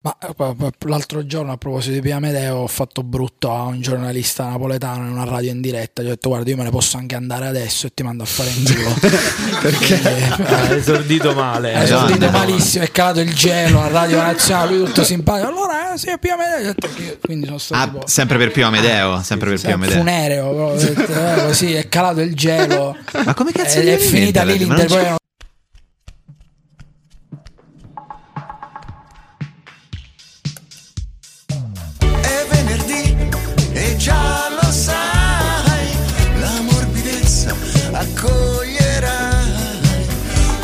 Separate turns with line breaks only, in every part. Ma eh, l'altro giorno a proposito di Pia Medeo ho fatto brutto a un giornalista napoletano in una radio in diretta, gli ho detto guarda io me ne posso anche andare adesso e ti mando a fare in culo. Perché
Ah,
Ha esordito
Eh,
male.
ha esordito
no,
Esatto.
no.
malissimo, è calato il gelo a Radio Nazionale, tutto simpatico. Allora eh, sì, è Pia Medeo, ho detto che- quindi sono stato
Ah,
tipo- Ah,
sempre per Pio Amedeo, sempre per
sì,
Pio Amedeo.
funereo, proprio, ho detto, eh, così è calato il gelo.
Ma come cazzo
Ed
gli
è
viene in mente
finita lì
la- ma non c'è-
l'intervento.
È venerdì e già lo sai, la morbidezza accoglierai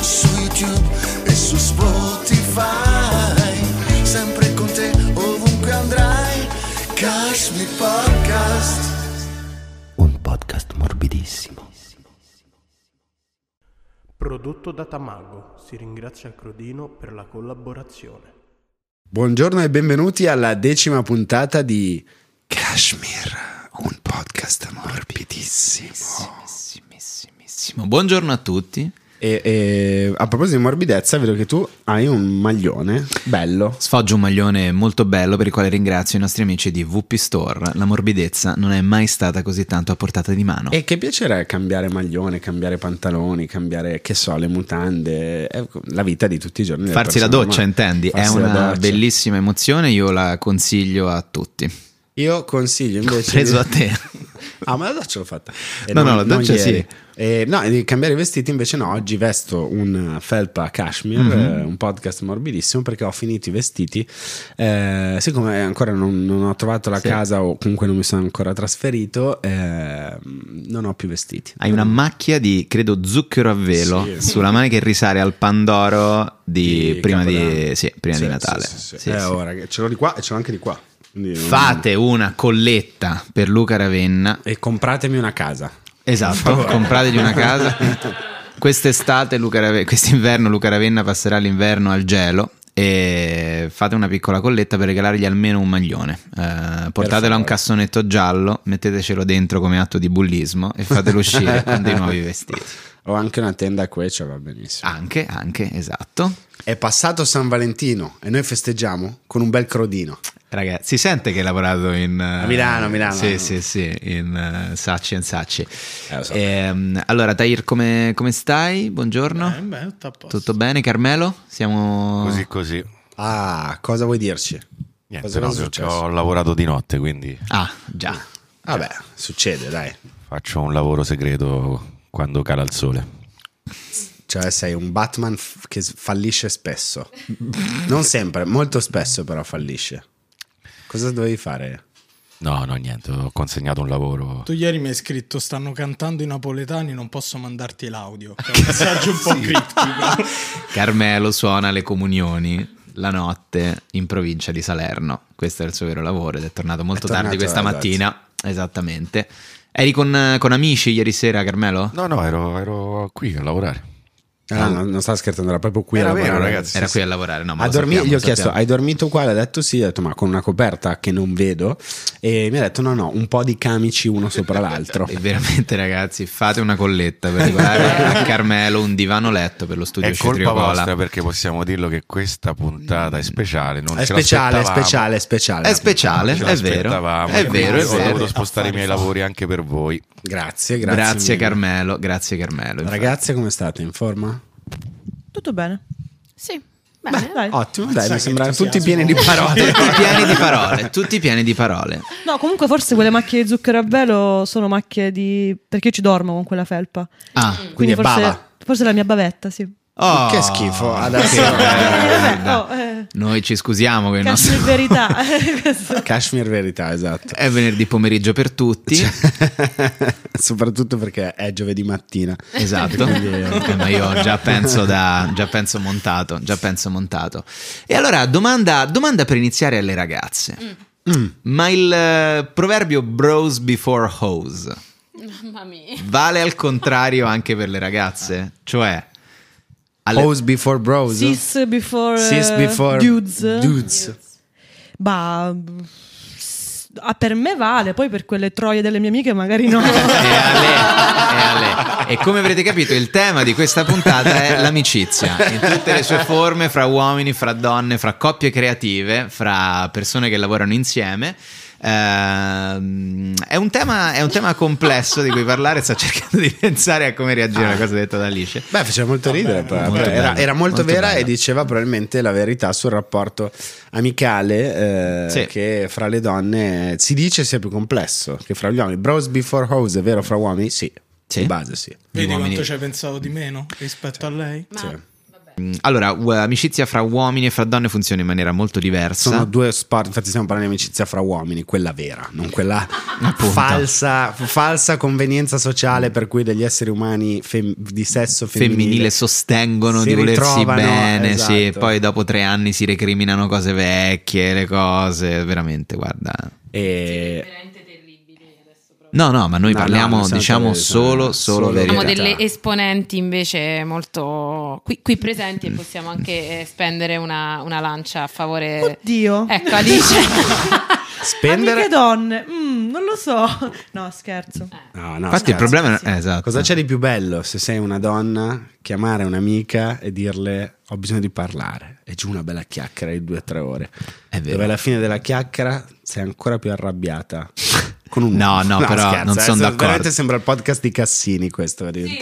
su YouTube e su Spotify, sempre con te ovunque andrai, Cashmere Podcast.
Un podcast morbidissimo.
Prodotto da Tamago, si ringrazia Crodino per la collaborazione.
Buongiorno e benvenuti alla decima puntata di Kashmir, un podcast morbidissimo.
Buongiorno a tutti.
E, e eh, a proposito di morbidezza, vedo che tu hai un maglione bello.
Sfoggio un maglione molto bello per il quale ringrazio i nostri amici di WP Store. La morbidezza non è mai stata così tanto a portata di mano.
E che piacere è cambiare maglione, cambiare pantaloni, cambiare, che so, le mutande, è la vita di tutti i giorni. delle
Farsi la
persone,
doccia,
ma-
intendi? È
Eh, farsi la
una
doccia.
bellissima emozione, io la consiglio a tutti.
Io consiglio invece.
Preso
di-
a te.
Ah, ma la doccia l'ho fatta. Eh,
No, no,
non-
la
non
doccia
ieri.
sì.
Eh, no, di cambiare vestiti invece no. Oggi vesto un eh, felpa cashmere,
Mhm.
eh, un podcast morbidissimo, perché ho finito i vestiti. Eh, siccome ancora non, non ho trovato la
Sì.
casa o comunque non mi sono ancora trasferito, eh, non ho più vestiti.
Hai una macchia di, credo, zucchero a velo
Sì.
sulla mano che risale al Pandoro di,
Di
prima, di,
Capodanno.
sì, prima
Sì,
di Natale.
sì, sì, sì.
Sì,
Eh,
sì.
ora, che ce l'ho di qua e ce l'ho anche di qua. Quindi non-
Fate una colletta per Luca Ravenna.
E compratemi una casa.
Esatto, comprategli una casa. Quest'estate, Luca Rave- quest'inverno, Luca Ravenna passerà l'inverno al gelo. E fate una piccola colletta per regalargli almeno un maglione. Eh, portatelo a un
favore.
cassonetto giallo, mettetecelo dentro come atto di bullismo e fatelo uscire con dei nuovi vestiti.
Ho anche una tenda a queccia, va benissimo.
Anche, anche, esatto.
È passato San Valentino e noi festeggiamo con un bel crodino.
Ragazzi, si sente che hai lavorato in eh,
Milano, Milano.
Sì, sì, sì, in eh, Sacci e Sacci.
Eh, lo so.
Ehm, allora, Tahir, come, come stai?
Eh,
Buongiorno. Tutto bene, Carmelo? Siamo
Così così.
Ah, cosa vuoi dirci?
Niente,
cosa
no,
è
perché
successo?
ho lavorato di notte, quindi
Ah, già.
Vabbè, succede, dai.
faccio un lavoro segreto quando cala il sole.
Cioè, sei un Batman f- che s- fallisce spesso. non sempre, molto spesso però fallisce. Cosa dovevi fare?
No, no, niente, ho consegnato un lavoro.
Tu ieri mi hai scritto stanno cantando i napoletani, non posso mandarti l'audio. Che è un messaggio un po' criptico.
Carmelo suona le comunioni la notte in provincia di Salerno. Questo è il suo vero lavoro ed è tornato molto
È tornato,
tardi questa
esatto.
mattina. Esattamente. Eri con, con amici ieri sera, Carmelo?
No, no, ero, ero qui a lavorare.
Ah, no, non stavo scherzando, era proprio qui
Era
a
vero,
lavorare.
ragazzi.
Era
sì,
qui a lavorare, no? Ma
Ha
lo
dormi-
sappiamo,
gli ho
lo
chiesto,
sappiamo.
hai dormito qua? L'ha detto sì, ho detto ma con una coperta che non vedo e mi ha detto no no, un po' di camici uno sopra l'altro.
E veramente ragazzi, fate una colletta per regalare a Carmelo un divano letto per lo studio
È colpa vostra
Cetricola.
perché possiamo dirlo che questa puntata è speciale. Non
È
ce
speciale, è
l'aspettavamo.
speciale, è speciale.
È speciale,
Ce
è vero.
l'aspettavamo,
È
quindi
vero, è
Ho dovuto
vero.
spostare i miei lavori anche per voi.
Grazie, grazie.
Grazie
mille.
Carmelo, grazie Carmelo. infatti.
Ragazze, come state? In forma?
Tutto bene? Sì. Bene,
Ottimo, dai, mi sembra
entusiasmo.
tutti pieni di parole.
Tutti pieni di parole, tutti pieni di parole.
No, comunque forse quelle macchie di zucchero a velo sono macchie di... perché io ci dormo con quella felpa.
Ah,
quindi è
forse,
bava.
forse la mia bavetta, sì.
oh,
Che schifo, adesso-
che
Eh, vabbè,
merda.
oh, eh.
Noi ci scusiamo con il
Cazzo
nostro
di verità. Questo.
Kashmir verità, esatto.
È venerdì pomeriggio per tutti.
Cioè, Soprattutto perché è giovedì mattina.
Esatto, Eh, ma io già penso, da, già penso montato, già penso montato. E allora domanda, domanda per iniziare alle ragazze.
Mm.
Ma il eh, proverbio bros before hoes
Mamma mia.
vale al contrario anche per le ragazze? Cioè, alle-
Hoes before bros.
Sis before, eh,
Sis before
dudes.
dudes.
Bah, s- ah, per me vale, poi per quelle troie delle mie amiche magari no.
E Ale, e Ale. E come avrete capito, il tema di questa puntata è l'amicizia in tutte le sue forme, fra uomini, fra donne, fra coppie creative, fra persone che lavorano insieme. Ehm, è, un tema, è un tema complesso di cui parlare. Sto cercando di pensare a come reagire alla cosa detta da Alice.
Beh, faceva molto ridere. però.
molto
Era- era,
bello,
molto,
molto
vera
bello.
e diceva probabilmente la verità sul rapporto amicale eh,
Sì.
che fra le donne eh, si dice sia più complesso che fra gli uomini. Bros before hoes è vero fra uomini? Sì,
Sì.
di base sì.
Vedi
uomini.
quanto ci hai pensato di meno rispetto a lei?
Sì.
Allora, u- amicizia fra uomini e fra donne funziona in maniera molto diversa.
Sono due sport, infatti stiamo parlando di amicizia fra uomini, quella vera, non quella
Appunto.
falsa, falsa convenienza sociale per cui degli esseri umani fem- di sesso femminile,
femminile, sostengono
si
di volersi
ritrovano,
bene, sì,
esatto.
poi dopo tre anni si recriminano cose vecchie, le cose, veramente, guarda.
E...
No, no, ma noi
No, no,
parliamo,
nel senso
diciamo,
che-
solo, solo
solo-
verità.
Siamo
verità.
delle esponenti invece molto qui, qui presenti e possiamo anche eh, spendere una, una lancia a favore.
Oddio.
Ecco Alice.
Spendere...
Amiche donne, Mm, non lo so. No, scherzo.
No, no,
Infatti il
scherzo.
problema è... eh, Esatto.
Cosa c'è di più bello se sei una donna, chiamare un'amica e dirle ho bisogno di parlare e giù una bella chiacchiera di due o tre ore.
È vero.
Dove alla fine della chiacchiera sei ancora più arrabbiata. Con un eh,
No, no, però non son
se-
d'accordo.
Veramente sembra il podcast di Cassini questo. Sì.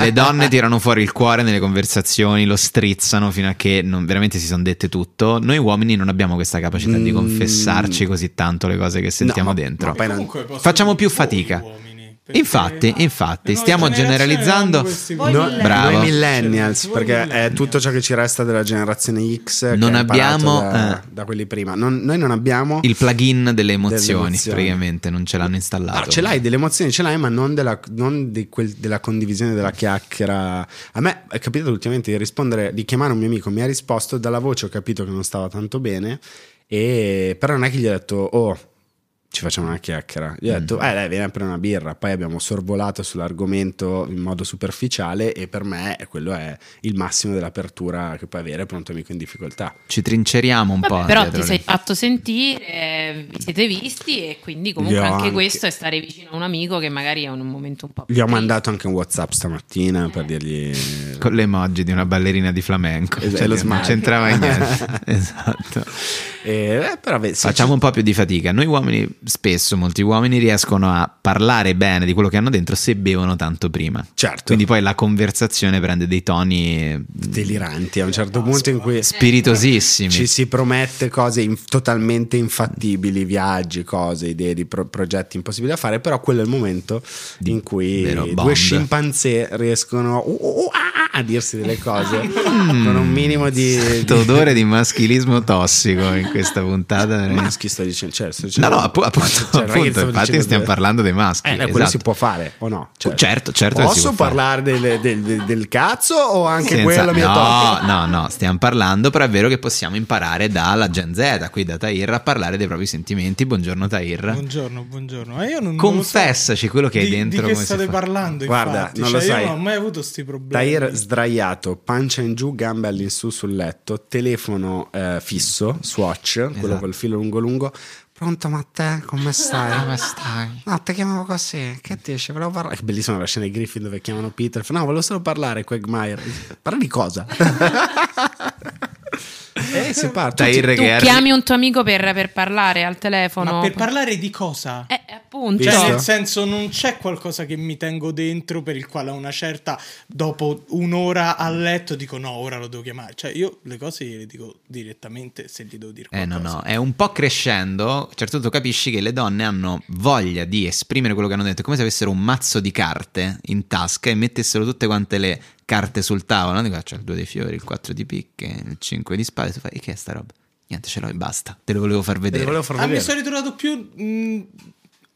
Le donne tirano fuori il cuore nelle conversazioni, lo strizzano fino a che non- veramente si sono dette tutto. Noi uomini non abbiamo questa capacità di
Mm.
confessarci così tanto le cose che sentiamo
ma-
dentro.
ma poi non-
Comunque posso
Facciamo
dire
più
voi
fatica.
uomini, perché
Infatti, infatti,
le nuove
stiamo
generazioni
generalizzando-
hanno questi
Voi
No,
millennials.
Bravo.
Noi millennials,
Voi
perché è
millennials.
tutto ciò che ci resta della generazione X. che
Non
è imparato
abbiamo,
Da,
eh.
da quelli prima. Non- noi non abbiamo.
Il plugin delle emozioni,
emozioni.
praticamente, non ce l'hanno installato.
Ah, ce l'hai delle emozioni, ce l'hai, ma non, della, non di quel- della condivisione della chiacchiera. A me è capitato ultimamente di rispondere, di chiamare un mio amico, mi ha risposto, dalla voce ho capito che non stava tanto bene, e, però non è che gli ho detto, oh, ci facciamo una chiacchiera.
Mm.
Gli ho detto, eh dai, vieni a prendere una birra. Poi abbiamo sorvolato sull'argomento in modo superficiale e per me quello è il massimo dell'apertura che puoi avere per un tuo amico in difficoltà.
Ci trinceriamo un po'.
Vabbè, però
dietro
ti
le-
sei fatto sentire, eh, vi siete visti e quindi comunque
Io
anche,
anche.
questo è stare vicino a un amico che magari è un momento un po' più
Gli ho
triste.
mandato anche un WhatsApp stamattina
Eh.
per dirgli...
con le emoji di una ballerina di flamenco.
Esatto,
Cioè,
lo
non
smile.
c'entrava niente. esatto.
Eh, però, beh, se
Facciamo un po' più di fatica. Noi uomini, spesso, molti uomini riescono a parlare bene di quello che hanno dentro se bevono tanto prima.
Certo.
Quindi poi la conversazione prende dei toni
deliranti a un certo punto in cui
spiritosissimi.
ci si promette cose in- totalmente infattibili, viaggi, cose, idee di pro- progetti impossibili da fare, però quello è il momento in cui
vero bond.
due scimpanzé riescono uh, uh, uh, ah, ah, a dirsi delle cose con un minimo di,
Questo Mm. odore di maschilismo tossico in questa puntata. veramente.
maschi sto dicendo, cioè, sto
No,
dicendo-
no, appu- appunto,
Cioè, non è che
appunto,
stavo
infatti
dicendo-
stiamo parlando dei maschi.
Eh, no, quello
esatto.
si può fare o no? Cioè,
Certo, certo che si
Posso
può fare.
parlare del, del- del- del cazzo o anche
Senza-
quello mi ha tolto?
no, no, no, stiamo parlando, però è vero che possiamo imparare dalla Gen Z, qui da Tahir, a parlare dei propri sentimenti. Buongiorno Tahir.
Buongiorno, buongiorno.
Eh,
Ma io non- non lo so
Confessaci quello che hai
di-
dentro,
Di che
come si
state
fa.
parlando?
Guarda,
infatti.
non lo
Cioè,
sai.
Io non ho mai avuto questi problemi.
Tahir sdraiato, pancia in giù, gambe all'insù sul letto, telefono eh, fisso, swatch, quello
Esatto.
col filo lungo lungo. Pronto Matteo, come stai? Come stai? No, ti chiamavo così, che dici? Volevo parlare... Che bellissima la scena di Griffin dove chiamano Peter. Fa, No, volevo solo parlare, Quagmire. Parla di cosa? e si parla. Tutti-
Tahir
Tu
che è
chiami un tuo amico per, per parlare al telefono.
Ma per parlare di cosa?
Eh, appunto.
Visto?
Cioè, nel senso, non c'è qualcosa che mi tengo dentro per il quale a una certa, dopo un'ora a letto, dico no, ora lo devo chiamare. Cioè, io le cose le dico direttamente se gli devo dire
Eh
qualcosa.
no, no, è un po' crescendo, a un certo punto capisci che le donne hanno voglia di esprimere quello che hanno detto, è come se avessero un mazzo di carte in tasca e mettessero tutte quante le carte sul tavolo, no? Dico, ah, c'è il 2 dei fiori, il 4 di picche, il 5 di spade, tu fai, e che è sta roba? Niente, ce l'ho e basta, te lo volevo far vedere.
Te volevo far
Ah, mi
vedere.
sono ritrovato
Mm.
più mh,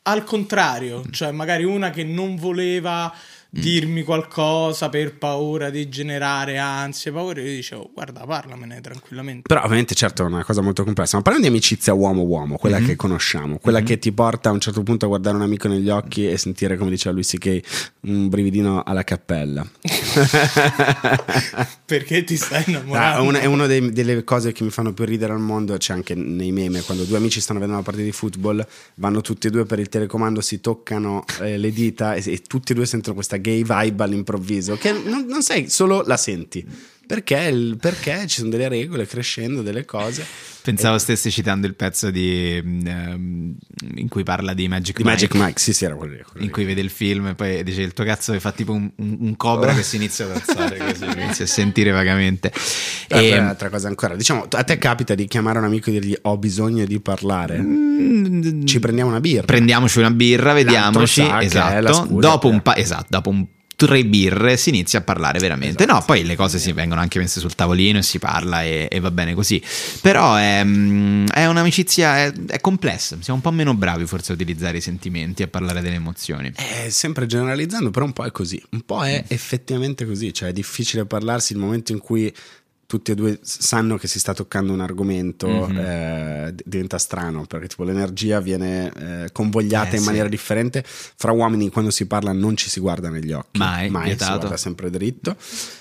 al contrario, cioè magari una che non voleva dirmi qualcosa per paura di generare ansie, paure, io dicevo guarda parlamene tranquillamente.
Però ovviamente certo è una cosa molto complessa, ma parliamo di amicizia uomo-uomo, quella
Mhm.
che conosciamo, quella
Mhm.
che ti porta a un certo punto a guardare un amico negli occhi e sentire, come diceva lui C.K., un brividino alla cappella.
Perché ti stai
Ah, è
innamorando?
una, è una dei- delle cose che mi fanno più ridere al mondo, c'è anche nei meme, quando due amici stanno vedendo una partita di football, vanno tutti e due per il telecomando, si toccano eh, le dita e, e tutti e due sentono questa gay vibe all'improvviso, che non, non sai, solo la senti. Perché, il- perché ci sono delle regole crescendo, delle cose.
Pensavo stessi citando il pezzo di, mm, ehm, in cui parla di Magic
Di
Mike.
Magic Mike, sì, sì, era quello lì. quello
In
lì.
cui vede il film e poi dice il tuo cazzo che fa tipo un, un- un cobra
Oh.
che si inizia ad alzare così, inizia a sentire vagamente. Ehm,
Ah,
E-
poi un'altra cosa ancora. Diciamo, a te capita di chiamare un amico e dirgli ho bisogno di parlare?
Mm,
Ci prendiamo una birra.
Prendiamoci una birra, vediamoci.
sa che è la
Esatto.
scusa
Dopo
per-
un pa- esatto, dopo un tre birre si inizia a parlare veramente.
Esatto.
No, poi le cose si vengono anche messe sul tavolino e si parla e, e va bene così. Però è, mm, è un'amicizia, è, è complessa. Siamo un po' meno bravi forse a utilizzare i sentimenti e a parlare delle emozioni.
Eh, sempre generalizzando, però un po' è così, un po'
Mm.
è effettivamente così, cioè è difficile parlarsi il momento in cui tutti e due s- sanno che si sta toccando un argomento,
Mhm.
eh, d- diventa strano perché tipo l'energia viene eh, convogliata
Eh,
in
sì.
maniera differente. Fra uomini quando si parla non ci si guarda negli occhi,
Mai,
mai si
vietato. Eh,
guarda sempre dritto.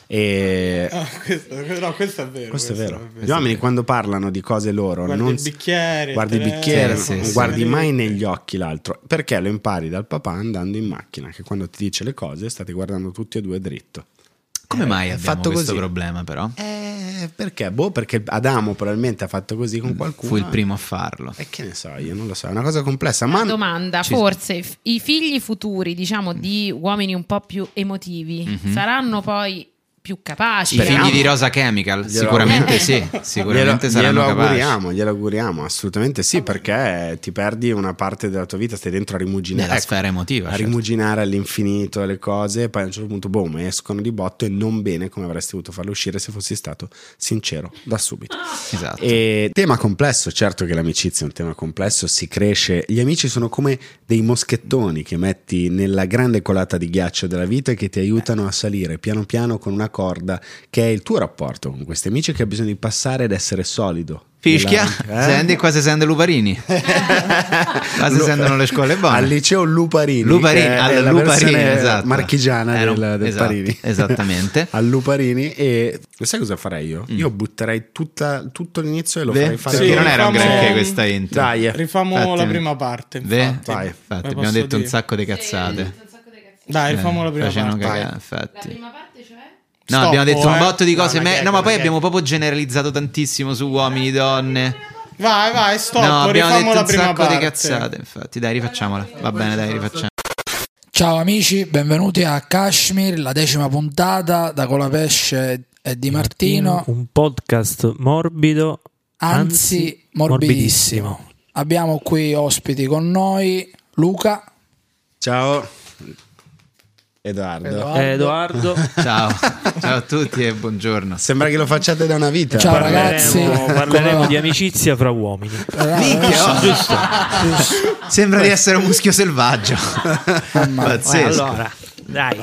E...
Ah, questo, no, questo è vero.
Questo è vero. Gli
vero.
uomini quando parlano di cose loro
Guardi
non
il
s-
bicchiere,
guardi il
telefono,
bicchiere,
sì,
non
sì.
guardi
sì.
mai negli occhi l'altro, perché lo impari dal papà andando in macchina, che quando ti dice le cose state guardando tutti e due dritto.
Come
Eh,
mai
è
abbiamo
fatto
questo
così.
problema però?
Eh, perché? Boh, perché Adamo probabilmente ha fatto così con qualcuno. eh.
Fu il primo a farlo.
E che ne so, io non lo so, è una cosa complessa, ma
Domanda,
Ci-
forse f- i figli futuri, diciamo, di uomini un po' più emotivi,
Mhm.
saranno poi più capaci?
I
diciamo?
figli di Rosa Chemical?
Glielo-
Sicuramente sì, sicuramente
glielo,
saranno
glielo
capaci.
auguriamo, glielo auguriamo, assolutamente sì, perché ti perdi una parte della tua vita, stai dentro a rimuginare.
Nella
Ecco,
sfera emotiva.
a
certo.
rimuginare all'infinito le cose e poi a un certo punto boom escono di botto e non bene come avresti voluto farle uscire se fossi stato sincero da subito
Esatto.
e tema complesso certo che l'amicizia è un tema complesso si cresce gli amici sono come dei moschettoni che metti nella grande colata di ghiaccio della vita e che ti aiutano a salire piano piano con una corda che è il tuo rapporto con questi amici che ha bisogno di passare ed essere solido
Fischia,
Nella- eh?
senti qua si sente Luparini. qua si
Lu-
sentono le scuole buone.
Al liceo Luparini.
Luparini,
che è
al
la
Luparini,
versione
esatto.
marchigiana
Era un-
del, del
esatto,
Parini.
esattamente.
al Luparini. E sai cosa farei io?
Mm.
Io butterei tutta- tutto l'inizio e lo
Ve?
farei fare.
Perché
Sì,
non era un
facciamo-
granché questa intro.
Dai, eh.
Rifamo
Infatti-
la prima parte.
Ve?
infatti.
Vai.
Infatti,
Come
abbiamo
posso
detto un
dire?
sacco di cazzate.
Dai,
Eh,
rifamo la prima
facevano
parte.
cagare, infatti.
La prima parte, cioè?
No,
Stop,
abbiamo detto un
eh.
botto di cose.
No,
me-
una
no, ma
gag,
poi
una
abbiamo
gag.
proprio generalizzato tantissimo su uomini, donne.
Vai, vai, stop,
no, abbiamo
rifamo
detto
la
un
prima
sacco
parte.
di cazzate. Infatti, dai, rifacciamola. Va bene, dai, rifacciamola.
Ciao amici, benvenuti a Kashmir, la decima puntata da Colapesce e Di Martino,
Un podcast morbido,
anzi morbidissimo. Abbiamo qui ospiti con noi Luca,
Ciao. Edoardo.
Edoardo.
Eh, Edoardo,
Ciao. Ciao a tutti e buongiorno.
Sembra che lo facciate da una vita.
Ciao,
parleremo,
ragazzi. Come
parleremo
va?
di amicizia fra uomini.
Minchia, oh.
Giusto.
Sembra di essere un muschio selvaggio.
Mamma mia.
Eh,
Pazzesco.
allora, dai,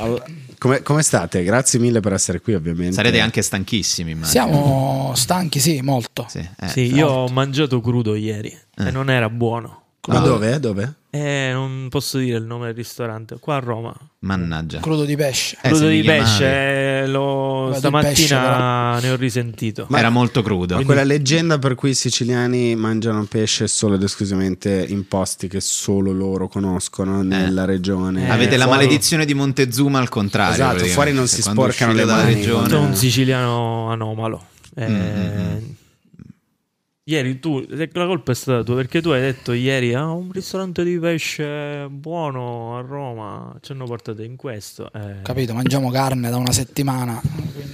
Come, come state? Grazie mille per essere qui, ovviamente.
Sarete anche stanchissimi, immagino.
Siamo stanchi, sì, molto.
Sì, eh.
sì, io ho mangiato crudo ieri
Eh.
e non era buono.
Ma dove? Dove?
Eh, non posso dire il nome del ristorante, qua a Roma.
Mannaggia.
Crudo di pesce.
Eh,
crudo
se mi
di
chiamavi.
pesce, eh, lo-
Crudo di
stamattina ne ho risentito.
Era molto crudo.
Ma quella leggenda per cui i siciliani mangiano pesce solo ed esclusivamente in posti che solo loro conoscono nella regione.
Eh,
Eh. Avete la
fuori-
maledizione di Montezuma al contrario.
Esatto,
praticamente. Cioè,
fuori non si
Quando
sporcano
uscite
le
dalla
mani.
regione.
Sono un siciliano anomalo. Eh,
Mm, mm,
Ieri tu, la colpa è stata tua perché tu hai detto ieri a un ristorante di pesce buono a Roma ci hanno portato in questo. eh.
Capito, mangiamo carne da una settimana.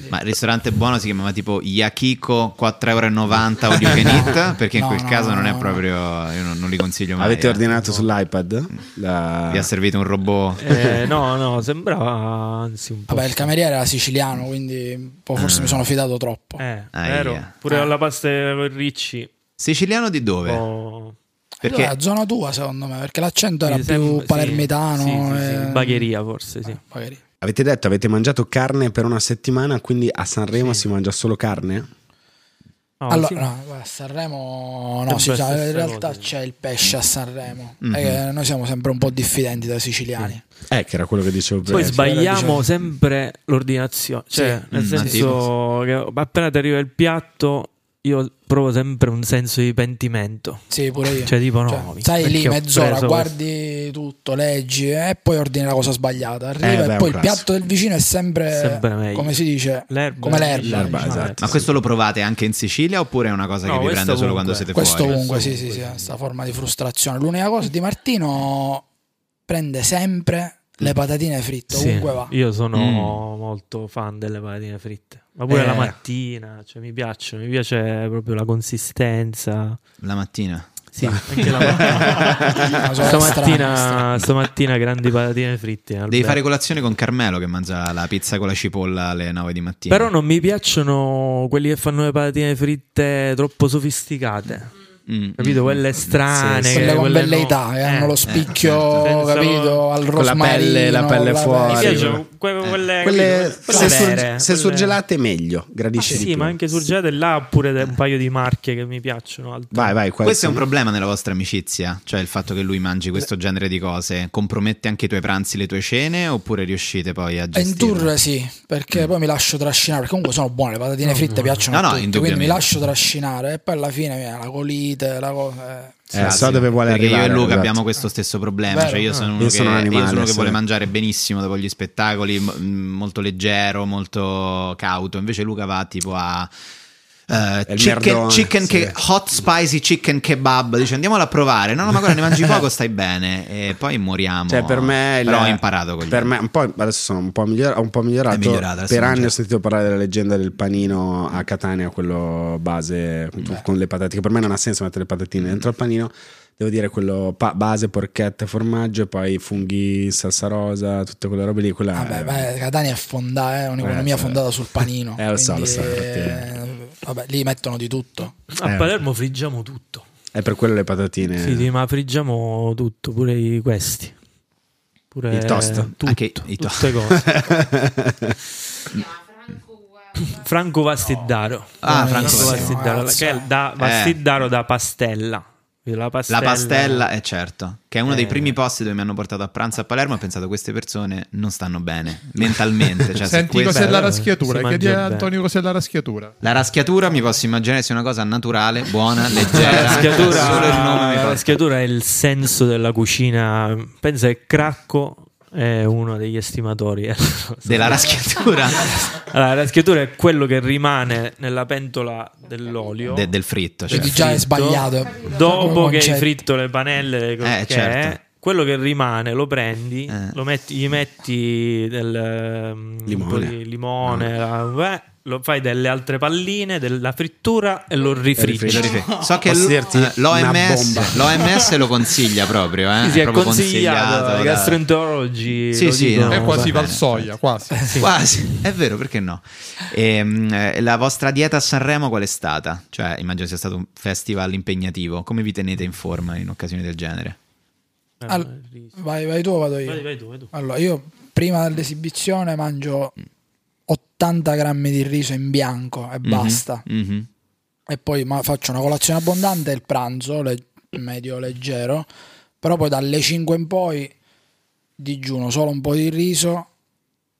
Ma il ristorante buono si chiamava tipo Yakiko 4,90 euro all you can eat, perché in
No,
quel
no,
caso
no,
non è
no.
proprio. Io non, non li consiglio mai.
Avete
eh.
ordinato sull'iPad?
Mm.
La-
Vi ha servito un robot.
Eh, no, no, sembrava anzi un po'.
Vabbè, il cameriere era siciliano, quindi un po' forse mi sono fidato troppo.
Eh,
Aia.
vero? Pure alla pasta con Ricci.
Siciliano di dove?
Oh,
Perché
Allora, zona tua, secondo me, perché l'accento era
mi
più
sembra- sì,
palermitano. eh.
sì, sì, sì,
e- Ah,
Bagheria forse, sì.
Bagheria.
Avete detto avete mangiato carne per una settimana, quindi a Sanremo si mangia solo carne?
allora, no, guarda, a Sanremo no,
Eh,
si
beh,
sa,
stessa
in realtà
cosa.
c'è il pesce a Sanremo.
Mhm.
È che noi siamo sempre un po' diffidenti da siciliani.
Eh, che era quello che dicevo prima.
Poi
Sì,
sbagliamo
diciamo-
sempre l'ordinazione, cioè
Sì.
nel
Mm,
senso che appena ti arriva il piatto io provo sempre un senso di pentimento.
Sì, pure io.
Cioè tipo no,
Cioè,
minchia,
stai lì
perché ho
mezz'ora,
preso
guardi tutto, leggi eh, e poi ordini la cosa sbagliata. Arriva
Eh, beh,
e
è
poi
un
il
classico.
piatto del vicino è sempre,
Sempre meglio. esatto.
come si dice,
L'erba.
come l'erba. diciamo.
Ma questo lo provate anche in Sicilia oppure è una cosa
No,
che vi
questo
prende solo
ovunque.
quando siete
Questo
fuori?
ovunque, sì, sì, sì, questa forma di frustrazione. L'unica cosa, Di Martino prende sempre le patatine fritte,
Sì,
ovunque va.
Io sono molto fan delle patatine fritte, ma pure
Mm. Eh.
la mattina, cioè mi piacciono, mi piace proprio la consistenza.
La mattina?
Sì, anche la mattina. stamattina, stamattina grandi patatine fritte.
Devi
Alberto.
fare colazione con Carmelo che mangia la pizza con la cipolla alle 9 di mattina.
Però non mi piacciono quelli che fanno le patatine fritte troppo sofisticate.
Mm.
Capito? Quelle strane,
Sì, sì.
che-
Quelle con
quelle
belle
no. Eh,
età, che hanno lo spicchio,
Senza-
capito, al
Con la
rosmarino,
pelle- la pelle fuori.
Mi
Sì,
piacciono que-
eh.
quelle,
Quelle-
capito?
se,
Quelle
sur-
vere,
se
quelle-
surgelate meglio,
Ah,
gradisce
sì,
di più.
ma anche surgelate là pure de- un paio di marche che mi piacciono. altre.
Vai, vai, quali
Questo è un
sono?
problema nella vostra amicizia, cioè il fatto che lui mangi questo genere di cose, compromette anche i tuoi pranzi, le tue cene oppure riuscite poi a
Eh, In
gestire?
tour sì, perché poi mi lascio trascinare, perché comunque sono buone, le patatine fritte piacciono
No, no,
a tutti, quindi mi
indubbiamente.
lascio trascinare e poi alla fine viene la colite, la cosa... eh.
Eh, so dove vuole
perché
arrivare,
io e Luca
esatto.
abbiamo questo stesso problema.
Vero.
Cioè io,
Ah.
sono
Io
uno che,
sono un animale,
io sono uno che
sì.
vuole mangiare benissimo dopo gli spettacoli, m- molto leggero, molto cauto. Invece Luca va tipo a. eh,
Il
chicken,
merdone,
chicken
sì.
che- hot spicy chicken kebab dice andiamola a provare no no ma guarda ne mangi poco stai bene e poi moriamo
Cioè, per me. il-
però ho imparato con gli
Per me, un po', adesso sono un po' miglior- ho un po' migliorato.
È migliorato, adesso
per anni
mangia.
ho sentito parlare della leggenda del panino a Catania, quello base con- con le patatine. Che per me non ha senso mettere le patatine dentro al panino. Devo dire quello pa- base, porchetta, formaggio, e poi funghi, salsa rosa, tutte quelle robe lì. Quella
Vabbè,
è-
Ah, beh, Catania è, fonda- è un'economia
Eh, sì.
fondata sul panino.
Eh, lo so,
quindi,
lo so, infatti.
eh, vabbè, lì mettono di tutto.
A
Eh.
Palermo friggiamo tutto.
è per quello le patatine.
Sì, sì, ma friggiamo tutto, pure i- questi. Pure
Il toast.
tutto,
Anche i toast.
tutte cose. Franco Vastidaro.
Ah, Franco Vastidaro.
Vastidaro, che è da
Eh.
Vastidaro da pastella. La pastella,
La pastella, è certo, che è uno dei
Eh.
primi posti dove mi hanno portato a pranzo a Palermo. Ho pensato, queste persone non stanno bene mentalmente. Cioè, se
Senti
questa-
cos'è la
si
raschiatura?
mangia
Chiedi a
bene.
Antonio cos'è la raschiatura.
La raschiatura mi posso immaginare sia una cosa naturale, buona, leggera.
La raschiatura,
Solo il nome mi
la
fa-
raschiatura è il senso della cucina. Pensa che Cracco è uno degli estimatori eh.
Della raschiatura
Allora, la raschiatura è quello che rimane nella pentola dell'olio
De- del fritto. Cioè.
Vedi già è sbagliato.
dopo che hai
concetto.
fritto le panelle, le cose
Eh,
che
certo.
è, quello che rimane lo prendi,
Eh.
lo metti- gli metti del ehm,
Limone.
un po' di limone, la- eh, lo fai delle altre palline della frittura e lo rifritti.
rifritti.
So che
Posso
l-
dirti
eh, l'OMS,
una
l'OMS lo consiglia proprio. Eh?
Sì, sì, è
proprio
consigliato,
da-
i gastroenterologi
Sì,
lo
sì, eh,
dicono,
no,
è quasi
va bene. certo.
Valsoia, quasi.
Quasi, è vero, perché no? Ehm, eh, la vostra dieta a Sanremo qual è stata? Cioè, immagino sia stato un festival impegnativo. Come vi tenete in forma in occasioni del genere?
Eh,
Al-
ris-
Vai, vai tu o vado io?
Vai, vai tu, vai tu.
Allora, io prima dell'esibizione mangio 80 grammi di riso in bianco e basta.
Mhm.
E poi ma- faccio una colazione abbondante e il pranzo, le- medio leggero. Però poi dalle 5 in poi digiuno solo un po' di riso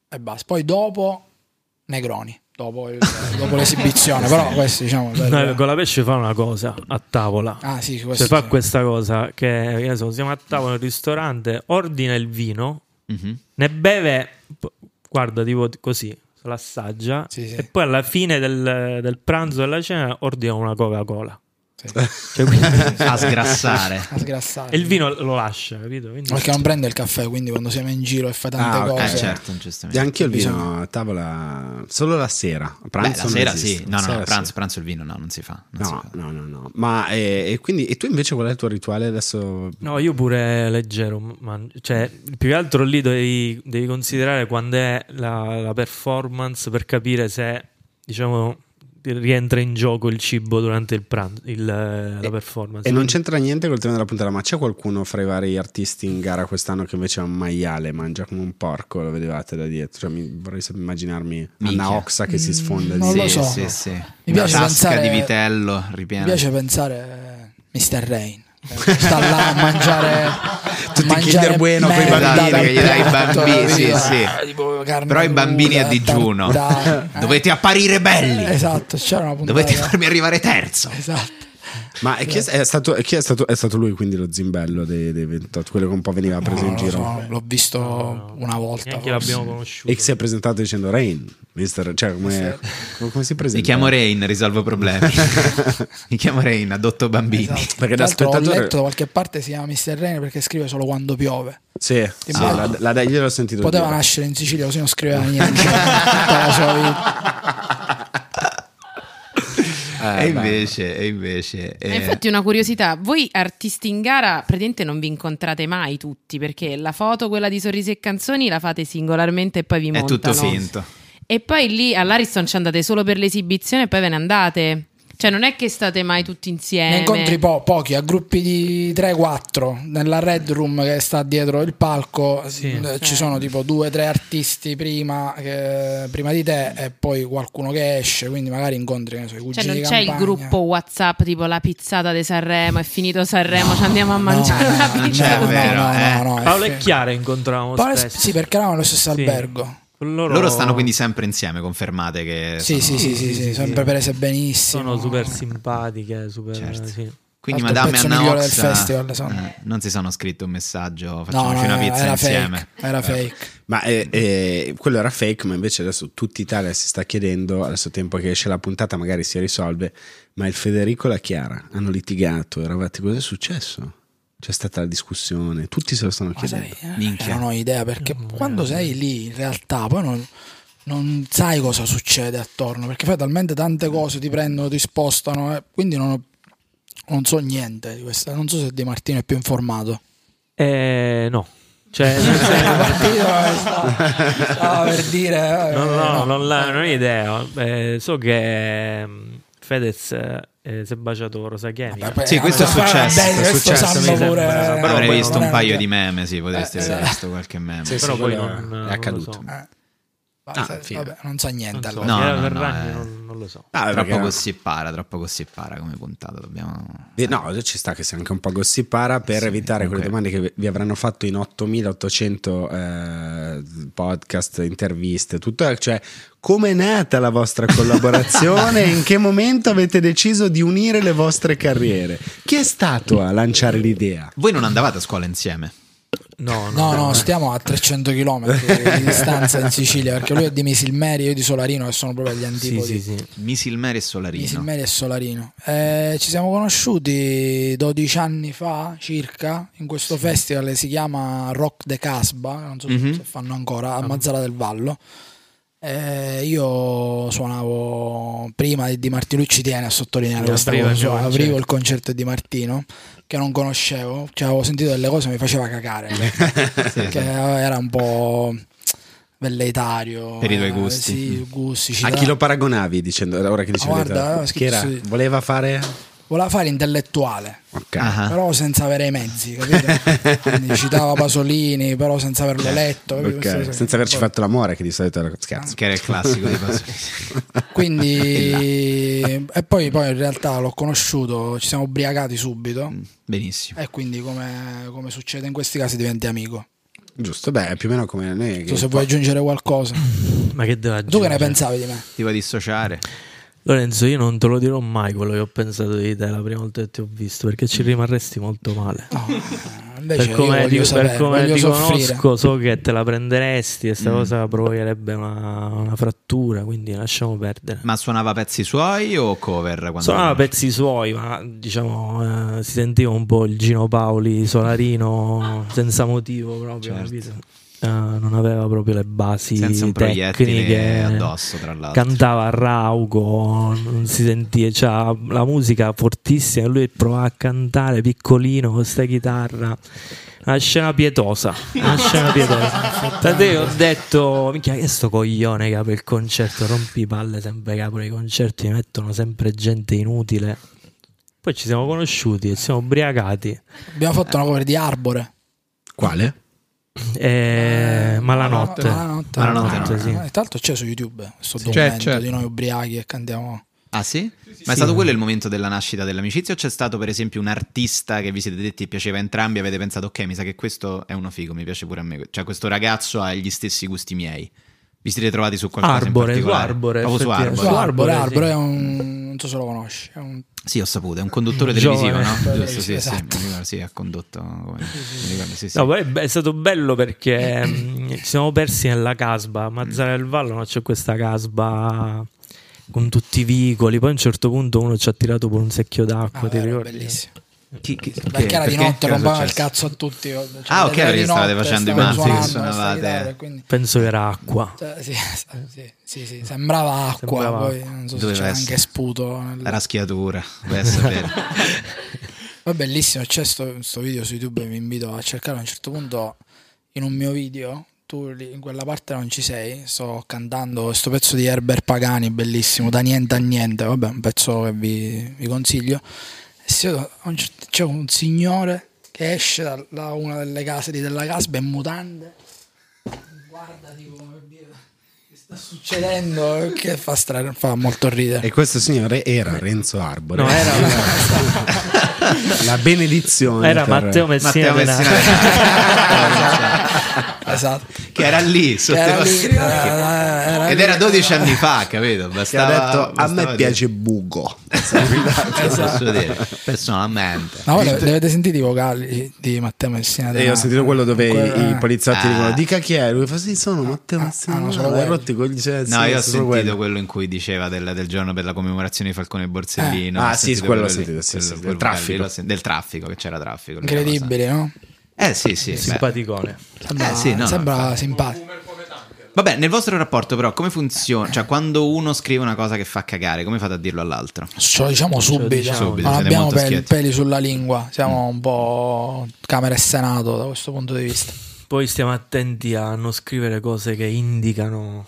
e basta. Poi dopo Negroni, dopo, il- dopo l'esibizione. Però questo diciamo... per-
No, eh, con la pesce fa una cosa a tavola.
Ah sì, questo
Se fa
sì.
questa cosa che, che ne so, siamo a tavola in un ristorante, ordina il vino,
Mhm.
ne beve, p- guarda tipo così, se l'assaggia
Sì, sì.
e poi alla fine del, del pranzo della cena ordina una Coca-Cola.
Sì.
Cioè, quindi-
A sgrassare.
A sgrassare.
e il vino lo lascia, capito? Quindi-
Perché non prende il caffè, quindi quando siamo in giro e fa tante
Ah, ok,
cose...
Eh, certo, giustamente.
Anche il vino
Bisogna-
a tavola solo la sera. A
Beh, la
pranzo non
sera
esiste.
sì. No,
Sera
no,
sì.
pranzo, pranzo il vino no, non si fa. non si
No,
fa.
no, no, no. Ma eh, e quindi, e tu invece qual è il tuo rituale adesso?
No, io pure leggero, ma- cioè più che altro lì devi, devi considerare quando è la, la performance per capire se, diciamo, rientra in gioco il cibo durante il pranzo, il, eh, la performance.
E non c'entra niente col tema della puntata, ma c'è qualcuno fra i vari artisti in gara quest'anno che invece è un maiale, mangia come un porco, lo vedevate da dietro. Cioè, mi- vorrei sap- immaginarmi
Minchia.
Anna Oxa che si sfonda di
Mm, non lo
sì,
so.
sì, sì.
Mi
Una
piace
tasca
pensare-
di vitello ripiena.
Mi piace pensare eh, Mr. Rain. eh, Sta là a mangiare
Tutti i
mangiare
Kinder Bueno coi
merda
bambini
dal
che gli dai i
piatto,
bambini, sì,
capito?
sì.
Eh, tipo carne
Però i bambini a
cruda,
digiuno.
tartare, eh.
Dovete apparire belli.
Esatto, c'era una puntata.
Dovete farmi arrivare terzo.
Esatto.
Ma chi è, è stato, chi è, stato, è stato lui quindi lo zimbello dei, dei 28, quello che un po' veniva preso
No,
in
lo
giro?
so, l'ho visto una volta.
Neanche
forse.
l'abbiamo conosciuto.
E si è presentato dicendo Rain, mister, cioè come, come- come si presenta?
Mi chiamo Rain, risolvo problemi. Mi chiamo Rain, adotto bambini.
Esatto.
Perché
Tra
da
l'altro ho
spettatore-
letto da qualche parte si chiama Mr. Rain perché scrive solo quando piove.
Sì, sì,
Ah.
la, la, la- io l'ho sentito
Poteva
dire.
nascere in Sicilia così non scriveva Esatto, niente. Tutta la sua vita.
Eh,
e
beh.
invece, e invece...
Ma
eh,
infatti una curiosità, voi artisti in gara praticamente non vi incontrate mai tutti perché la foto, quella di sorrisi e canzoni la fate singolarmente e poi vi
è
montano.
tutto finto.
E poi lì all'Ariston ci andate solo per l'esibizione e poi ve ne andate. Cioè non è che state mai tutti insieme.
Ne incontri po- pochi, a gruppi di 3-4 nella red room che sta dietro il palco.
Sì.
mh, Ci
certo.
sono tipo 2-3 artisti prima, che- prima di te e poi qualcuno che esce, quindi magari incontri che ne so, i
Cioè
cugini
non
di
c'è il
campagna.
gruppo Whatsapp tipo la pizzata di Sanremo, è finito Sanremo, ci andiamo a
No,
mangiare
no,
una
no,
pizza.
c'è,
no,
vero,
no,
eh.
no, no, è
Paolo e
fe-
Chiara incontravamo
Paolo e-
spesso.
sì, perché eravamo nello stesso
Sì.
albergo.
Loro,
Loro stanno quindi sempre insieme, confermate che...
Sì,
Eh, sono-
sì, sì, sì, sì, sempre prese benissimo.
sono super simpatiche, super
Certo.
sì.
Tanto il
Quindi Madame e
pezzo
Anna
migliore del
Oxa,
festival, sono.
eh, non si sono scritti un messaggio,
No,
facciamoci
no,
una
era,
pizza
era
insieme. Eh,
fake, era fake.
Ma eh, eh, quello era fake, ma invece adesso tutta Italia si sta chiedendo, adesso è tempo che esce la puntata magari si risolve, ma il Federico e la Chiara hanno litigato, eravate, cosa è successo? C'è stata la discussione, tutti se lo stanno
Ma sai,
chiedendo.
eh,
Minchia. Eh,
non ho idea perché quando sei lì in realtà poi non, non sai cosa succede attorno perché fai talmente tante cose, ti prendono, ti spostano, eh, quindi non, ho- non so niente di questa. Non so se Di Martino è più informato.
Eh, no. Cioè, nel senso-
no, per dire, eh,
No, no,
no.
non, la- non ho idea. Eh, so che ehm, Fedez eh, si è baciato con Rosa Chemica.
Vabbè, poi-
Sì, questo è
vabbè,
successo,
beh,
è
questo
successo,
sanno
mi sembra,
pure- eh,
però
però
Avrei
poi
visto
non
un
è
paio
una-
di meme, sì, potresti
Eh,
aver
eh.
visto qualche meme.
Sì,
Però
sì,
poi
quello
non,
è
non
accaduto.
lo so.
Eh,
Ah,
sai-
figa.
vabbè, non so
Non,
niente.
so.
allora.
No,
Chiara
no, no,
Ferragni
eh.
non, non lo so.
Ah,
troppo
perché-
così para, troppo così para come puntata, dobbiamo...
Eh, No, ci sta che sia anche un po' gossipara per
Sì,
evitare quelle
comunque-
domande che vi avranno fatto in 8800 eh, podcast, interviste, tutto, cioè come è nata la vostra collaborazione e in che momento avete deciso di unire le vostre carriere? Chi è stato a lanciare l'idea?
Voi non andavate a scuola insieme?
No, no,
No, no, stiamo a 300 km di distanza in Sicilia perché lui è di Misilmeri, io di Solarino, che sono proprio gli
Sì,
antipodi.
sì, sì.
Misilmeri e Solarino.
Misilmeri e Solarino. Eh, ci siamo conosciuti 12 anni fa circa in questo festival che si chiama Rock de Casba, non so se-
Mhm.
se fanno ancora, a Mazzara del Vallo. Eh, io suonavo prima di Di Martino, lui ci tiene a sottolineare
Sì,
questa
apriva il
cosa,
cioè,
mio concerto.
aprivo il concerto di Martino che non conoscevo, cioè avevo sentito delle cose e mi faceva cagare, perché era un po' velleitario.
Per i tuoi
eh,
gusti.
Sì, gusti.
A
città-
chi lo paragonavi dicendo ora che dicevi
Ah, guarda,
chi era?
sì.
voleva fare
Voleva fare intellettuale,
Ok.
Ah,
però senza avere i mezzi, capito? Quindi citava Pasolini, però senza averlo letto, capito?
ok,
Queste cose.
senza averci fatto l'amore che di solito era scherzo.
Che era il classico di Pasolini.
Quindi, e poi, poi in realtà l'ho conosciuto, ci siamo ubriacati subito.
Benissimo.
E quindi, come, come succede in questi casi, diventi amico.
Giusto, beh, è più o meno come noi
Tu,
che-
se vuoi aggiungere qualcosa,
Ma che deve
tu che ne
aggiungere?
pensavi di me?
Ti vuoi dissociare?
Lorenzo, io non te lo dirò mai quello che ho pensato di te la prima volta che ti ho visto, perché ci rimarresti molto
Ah.
male.
Invece, cioè, io
Per come, ti,
voglio
per
sapere,
come
voglio
ti
soffrire. Mm.
conosco, so che te la prenderesti e sta cosa provocherebbe una, una frattura, quindi lasciamo perdere.
Ma suonava pezzi suoi o cover? Quando
Suonava pezzi suoi, ma diciamo eh, si sentiva un po' il Gino Paoli, Solarino, senza motivo proprio.
Certo.
capito? eh, non aveva proprio le basi
Senza un proiettile
tecniche
addosso, tra l'altro.
Cantava a rauco, non si sentiva, c'ha la musica fortissima, e lui provava a cantare piccolino con sta chitarra. Una scena pietosa, una scena pietosa. Tant'è che ho detto, minchia, che sto coglione che apre il concerto, rompi palle sempre che apre i concerti, mi mettono sempre gente inutile. Poi ci siamo conosciuti e siamo ubriacati.
Abbiamo fatto una cover di Arbore.
Quale?
Eh, malanotte.
Malanotte.
Malanotte,
sì.
Eh, tra l'altro c'è su YouTube questo
Sì.
documento
C'è, c'è.
di noi ubriachi e cantiamo.
Ah sì? Ma è stato quello il momento della nascita dell'amicizia o c'è stato per esempio un artista che vi siete detti e piaceva a entrambi e avete pensato ok mi sa che questo è uno figo, mi piace pure a me, cioè questo ragazzo ha gli stessi gusti miei. Vi siete trovati su qualcosa
Arbore,
in
su
particolare?
Arbore,
Proprio su
effettivamente.
Arbore.
Su Arbore,
Arbore,
Arbore
sì.
è un. non so se lo conosci. È un...
Sì, ho saputo, è un conduttore
Giovane.
televisivo, no?
Giovane,
Giusto, sì,
esatto.
sì, mi ricordo, sì, ha condotto. come- mi ricordo, sì, sì.
No, poi è be- è stato bello perché mm, ci siamo persi nella casba. A Mazzara del Vallo no? c'è questa casba con tutti i vicoli. Poi a un certo punto uno ci ha tirato pure un secchio
Ah,
d'acqua. ti
vero,
ricordi?
bellissimo.
Chi- chi-
Perché era di
perché?
notte,
Che era
rompeva il
successo?
cazzo a tutti. cioè,
Ah, ok,
alle tre
perché
di
stavate
notte
facendo i
stavano
mazzi che
suonando,
suonavate.
queste chitarre, quindi-
Penso che era acqua.
Cioè, sì, sì, sì, sì, sembrava acqua,
Sembrava
poi
acqua.
non so se
Doveva
c'era
essere.
anche sputo. nel-
La raschiatura, vai a sapere.
Poi è bellissimo, c'è sto, sto video su YouTube, vi invito a cercare a un certo punto in un mio video, tu lì, in quella parte non ci sei, sto cantando questo pezzo di Herbert Pagani, bellissimo, da niente a niente, vabbè, un pezzo che vi, vi consiglio. E si vede- a un certo- c'è un signore che esce da, da una delle case lì della casba in mutande, guarda tipo per dire, che sta succedendo, eh, che fa, stra- fa molto ridere.
E questo signore era Renzo Arbore.
No, era,
La benedizione.
era
per-
Matteo Messina.
Matteo
Denaro.
Messina.
Esatto.
che era lì, sotto i
Era lì,
vostri
era-
occhi.
era- era
Ed
lì.
era 12 anni fa, capito?
Che ha
Bastava,
detto a
bastava
me
dire- Esatto.
piace Bugo.
Posso dire, personalmente.
No, voi le, le avete sentito i vocali di Matteo Messina?
E Eh, io ho sentito quello dove i, i poliziotti
Ah.
dicono dica chi è, lui fa sì sono Matteo Eh,
ah,
Messina,
ah, non
no,
sono
hai
quelli.
rotto i coglioni,
No, io ho
sono
sentito
quelli.
quello. in cui diceva del, del giorno per la commemorazione di Falcone e Borsellino.
Eh. Ah,
Ho
sì,
sentito
quello ho
lì,
sentito, sì, sì, del
vocale lì,
traffico.
l'ho sen- del traffico, che c'era traffico. quella
Incredibile, no?
cosa. Eh sì, sì. beh.
Simpaticone.
Sembra,
Eh, sì, no, no,
sembra simpatico.
Vabbè, nel vostro rapporto però come funziona? Cioè, quando uno scrive una cosa che fa cagare, come fate a dirlo all'altro?
Ce lo diciamo subito,
diciamo.
Subito,
non
siete
abbiamo
molto
pel-
schietti.
peli sulla lingua, siamo un po' Camera e Senato da questo punto di vista.
Poi stiamo attenti a non scrivere cose che indicano,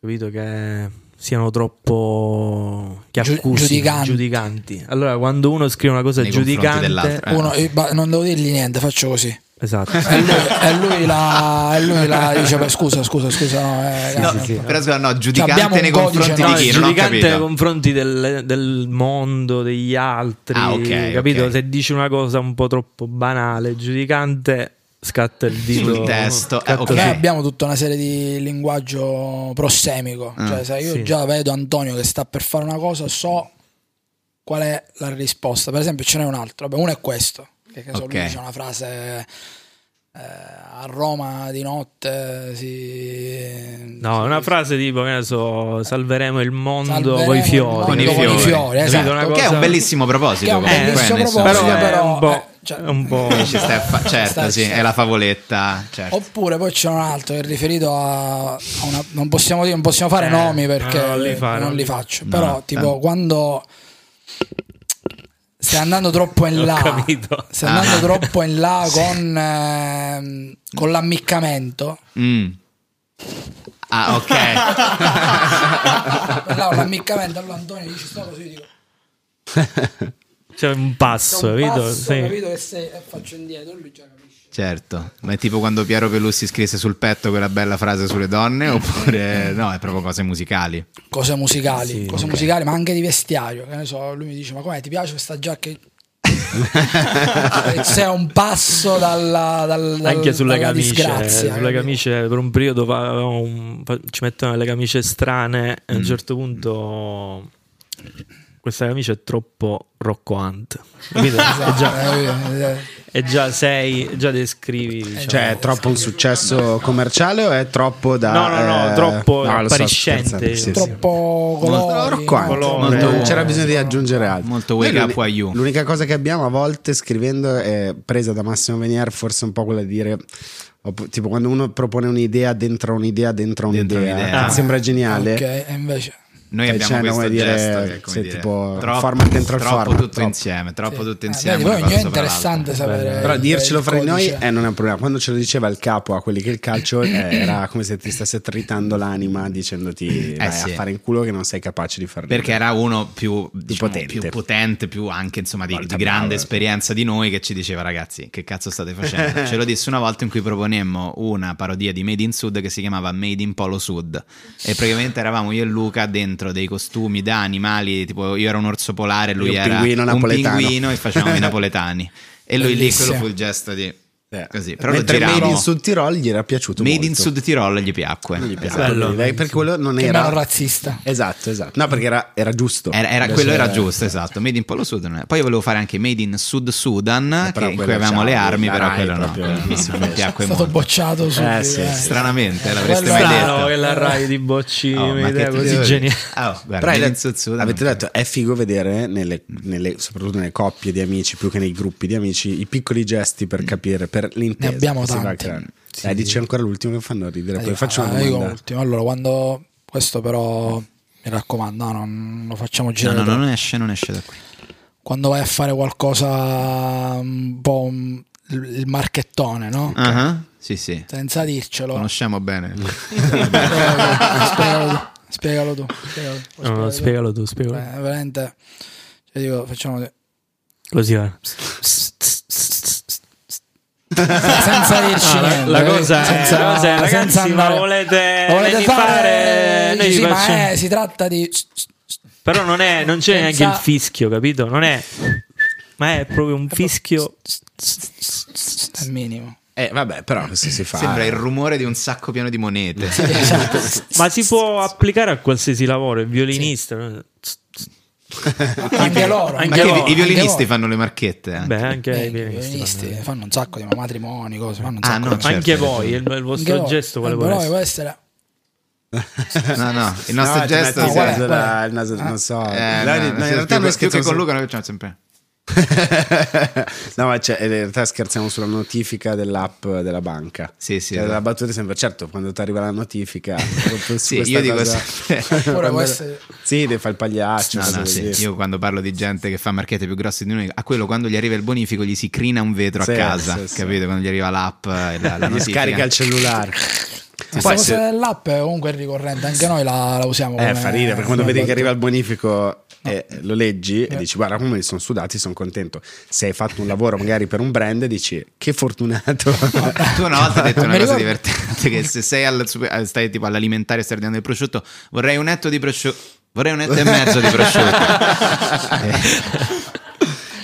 capito, che siano troppo che
Giu-
accusino,
giudicanti.
giudicanti. Allora, quando uno scrive una cosa
Nei confronti
giudicante,
dell'altro, Eh.
Uno, eh, ba- non devo dirgli niente, faccio così.
esatto.
E lui, e lui la, e lui la dice: "Beh, Scusa, scusa, scusa. No, eh,
No,
cazzo".
però scusa, no,
Cioè, abbiamo
giudicante
un
nei
codice,
confronti
no?
di
No,
chi?
il
Non ho
giudicante nei
capito.
confronti del, del mondo, degli altri,
Ah, ok,
capito?
ok.
Se dici una cosa un po' troppo banale, giudicante, scatta il dito
Sul testo, eh,
scatta
ok.
Noi
sul-
abbiamo tutta una serie di linguaggio prossemico.
Ah,
Cioè, se io
sì.
già vedo Antonio che sta per fare una cosa, so qual è la risposta. Per esempio, ce n'è un altro. Vabbè, uno è questo. Che, che so,
Ok.
lui dice una frase. eh, a Roma di notte si.
No, è una frase tipo, che ne so, salveremo il mondo
Salveremo
coi
il
fiori.
mondo
Con i
con i
fiori.
fiori, esatto.
Capito? Una
Che è
cosa-
un bellissimo
Che è
proposito.
un
comunque,
bellissimo
nel senso-
Eh, Però,
proposito,
è
però,
un po'...
eh, cioè-
è un po'...
Ci stai a fa- certo,
Sta-
sì, è la favoletta. Certo.
Oppure poi c'è un altro che è riferito a, a una. Non possiamo, dire- non possiamo fare
Eh,
nomi perché
no, non li fa,
non
no.
li faccio.
No,
Però, tipo,
eh.
quando stai andando troppo in
Ho
là,
capito.
stai andando
Ah.
troppo in là con, ehm, con l'ammiccamento.
Mm. Ah, ok.
Là, con l'ammiccamento, allora Antonio dice sto così, dico.
C'è cioè, un
"C'è
passo,
un
capito?
passo,
Sì.
capito che sei, e faccio indietro, lui già capisce.
certo. Ma è tipo quando Piero Pelussi scrisse sul petto quella bella frase sulle donne,
Mm.
oppure no, è proprio cose musicali.
Cose musicali,
Sì,
cose musicali, ma anche di vestiario. Che ne so, lui mi dice: Ma come ti piace questa giacca? C'è un passo dalla, dal, dal-
Anche sulle
dalla
camicie, eh,
disgrazia,
sulle
capito?
camicie per un periodo fa- avevamo un- fa- ci mettevano le camicie strane e a
Mm.
un certo punto questa camicia è troppo roccoante. Capito? È già-
Esatto, Eh, eh, eh,
E già sei, già descrivi. diciamo.
Cioè, è troppo un successo commerciale o è troppo da.
No, no, no,
eh,
troppo
no, lo sto
appariscente.
scherzando, sì, sì.
Troppo
Molto
colori.
Rocco Hunt,
Colore.
molto-
Molto-
c'era bisogno di aggiungere altro.
Molto wake
Noi
up
l'uni-
YU.
L'unica cosa che abbiamo a volte scrivendo è presa da Massimo Venier, forse un po' quella di dire. op- Tipo quando uno propone un'idea dentro un'idea dentro
Dentro
un'idea,
un'idea.
che sembra geniale.
Ah, Ok, e invece
Noi
Eh,
abbiamo
cioè, no,
questo
vuol dire,
gesto che è come
sì,
dire,
tipo,
troppo,
format dentro il
troppo
format,
tutto
troppo.
insieme, troppo
sì.
tutto
Ah,
insieme.
vedi,
una
poi
cosa
è
sopra
interessante
l'altra.
sapere.
Però
il-
dircelo
il
fra di noi
codice.
eh, non è un problema. Quando ce lo diceva il capo a quelli che il calcio eh, era come se ti stesse tritando l'anima dicendoti vai
Eh, sì.
a fare in culo che non sei capace di fare
Perché era uno più, diciamo,
potente.
più potente, più anche insomma di, di
Porca
grande
brava.
esperienza di noi che ci diceva ragazzi che cazzo state facendo. Ce lo disse una volta in cui proponemmo una parodia di Made in Sud che si chiamava Made in Polo Sud e praticamente eravamo io e Luca dentro dei costumi da animali, tipo io ero un orso polare, lui
Io un
era
pinguino
un
napoletano.
pinguino e facevamo i napoletani. E lui lì
Bellissimo.
quello fu il gesto di... Così. Però
Però Eh. Mentre
lo giravamo.
Made in Sud Tirol gli era piaciuto
Made
molto.
in Sud Tirol gli piacque.
Non gli piace.
Esatto.
Bello.
Dai, perché quello non
che
era
meno razzista.
Esatto, esatto. No, perché era, era giusto.
Era, era-
Esatto. Adesso
quello era
è-
giusto, esatto. Made in Polo Sud. non è- Poi volevo fare anche Made in Sud Sudan,
Eh, però
che- in cui
quello
avevamo
c'ha
le
la
armi, però
Rai
quello no.
proprio,
Quello
non
no,
si
non
vede.
È
piacque
stato
molto.
bocciato subito.
Eh, sì,
eh.
sì.
Stranamente, l'avreste
Quello
mai
era-
detto.
Strano che
Eh.
la Rai di Bocci
Oh, ma
un'idea
che ti
così
devo dire?
geniale.
Oh, guarda,
Però
Made
hai
in
detto-
Sud Sudan.
avete detto è figo vedere nelle- nelle- soprattutto nelle coppie di amici più che nei gruppi di amici i piccoli gesti
Mm.
per capire per l'intesa
Ne abbiamo
che si va
tanti.
creando. eh, dici ancora l'ultimo che fanno ridere
Eh,
poi faccio una
ah, io
domanda
ultimo. Allora, quando questo però mi raccomando, no, non lo facciamo
No,
girare.
no, no,
troppo.
non esce, non esce da qui.
Quando vai a fare qualcosa un po' un- il marchettone, no?
Ah, Sì, sì.
Senza dircelo.
Conosciamo bene.
spiegalo tu, spiegalo tu. Spiegalo tu.
No, no, spiegalo tu,
Eh,
spiegalo.
veramente. Cioè, dico, facciamo
Così va.
senza dirci
No, Ah, la,
niente,
la cosa è,
senza-
la cosa è,
senza
ragazzi,
andare-
ma volete,
Lo volete
venire a
fare?
Noi
Sì,
ci
ma
facciamo-
eh, si tratta di
Però non, è, non c'è
Senza-
neanche il fischio, capito? Non è, ma è proprio
Eh, boh.
un fischio.
è minimo.
eh vabbè però questo si fa
Sembra il rumore di un sacco pieno di monete.
Ma si può applicare a qualsiasi lavoro, il violinista.
Anche loro,
Ma
Anche
che
loro,
i violinisti
anche
fanno le marchette anche.
Beh, anche
Eh,
i
i
violinisti.
violinisti
fanno-
fanno un sacco di matrimoni, cose, fanno un
Ah,
sacco
no,
di
certo,
Anche
hai
voi,
ragione.
il, il vostro
Anche loro.
gesto quale
Eh,
vuole
però
essere?
può essere
No, no, il
No, cioè,
nostro
ti
gesto...
metto il
sì,
naso
sì.
da- il naso- non so
Eh, no,
Là- no,
no,
in
sì,
realtà
più-
noi
più che
scherziamo
con
su-
Luca noi facciamo sempre...
no, ma cioè, in realtà scherziamo sulla notifica dell'app della banca.
Sì, sì,
Cioè,
esatto.
la battuta è sempre, certo, quando ti arriva la notifica, proprio su
Sì,
questa
io dico
cosa-
sempre-
Ora
Quando-
può essere-
Sì, devi fare il pagliaccio.
No,
cose
no, sì.
così.
Io quando parlo di gente che fa marchette più grosse di noi, a quello quando gli arriva il bonifico gli si crina un vetro
Sì,
a casa,
sì, sì.
capito? Quando gli arriva l'app e la, la
Gli
notifica.
scarica il cellulare.
Questa
Poi
cosa
se-
dell'app è comunque ricorrente, anche noi la, la usiamo.
Eh,
come-
fa ridere, perché quando
come
vedi
battuta.
che arriva il bonifico e lo leggi
Eh.
e dici guarda come mi sono sudati, sono contento. Se hai fatto un lavoro magari per un brand dici che fortunato.
Tu una volta hai detto una
Mi
cosa
ricordo-
divertente: che se sei al super- eh, stai tipo all'alimentare e stai ordinando il prosciutto, vorrei un etto di prosciutto. Vorrei un etto e mezzo di Eh, prosciutto.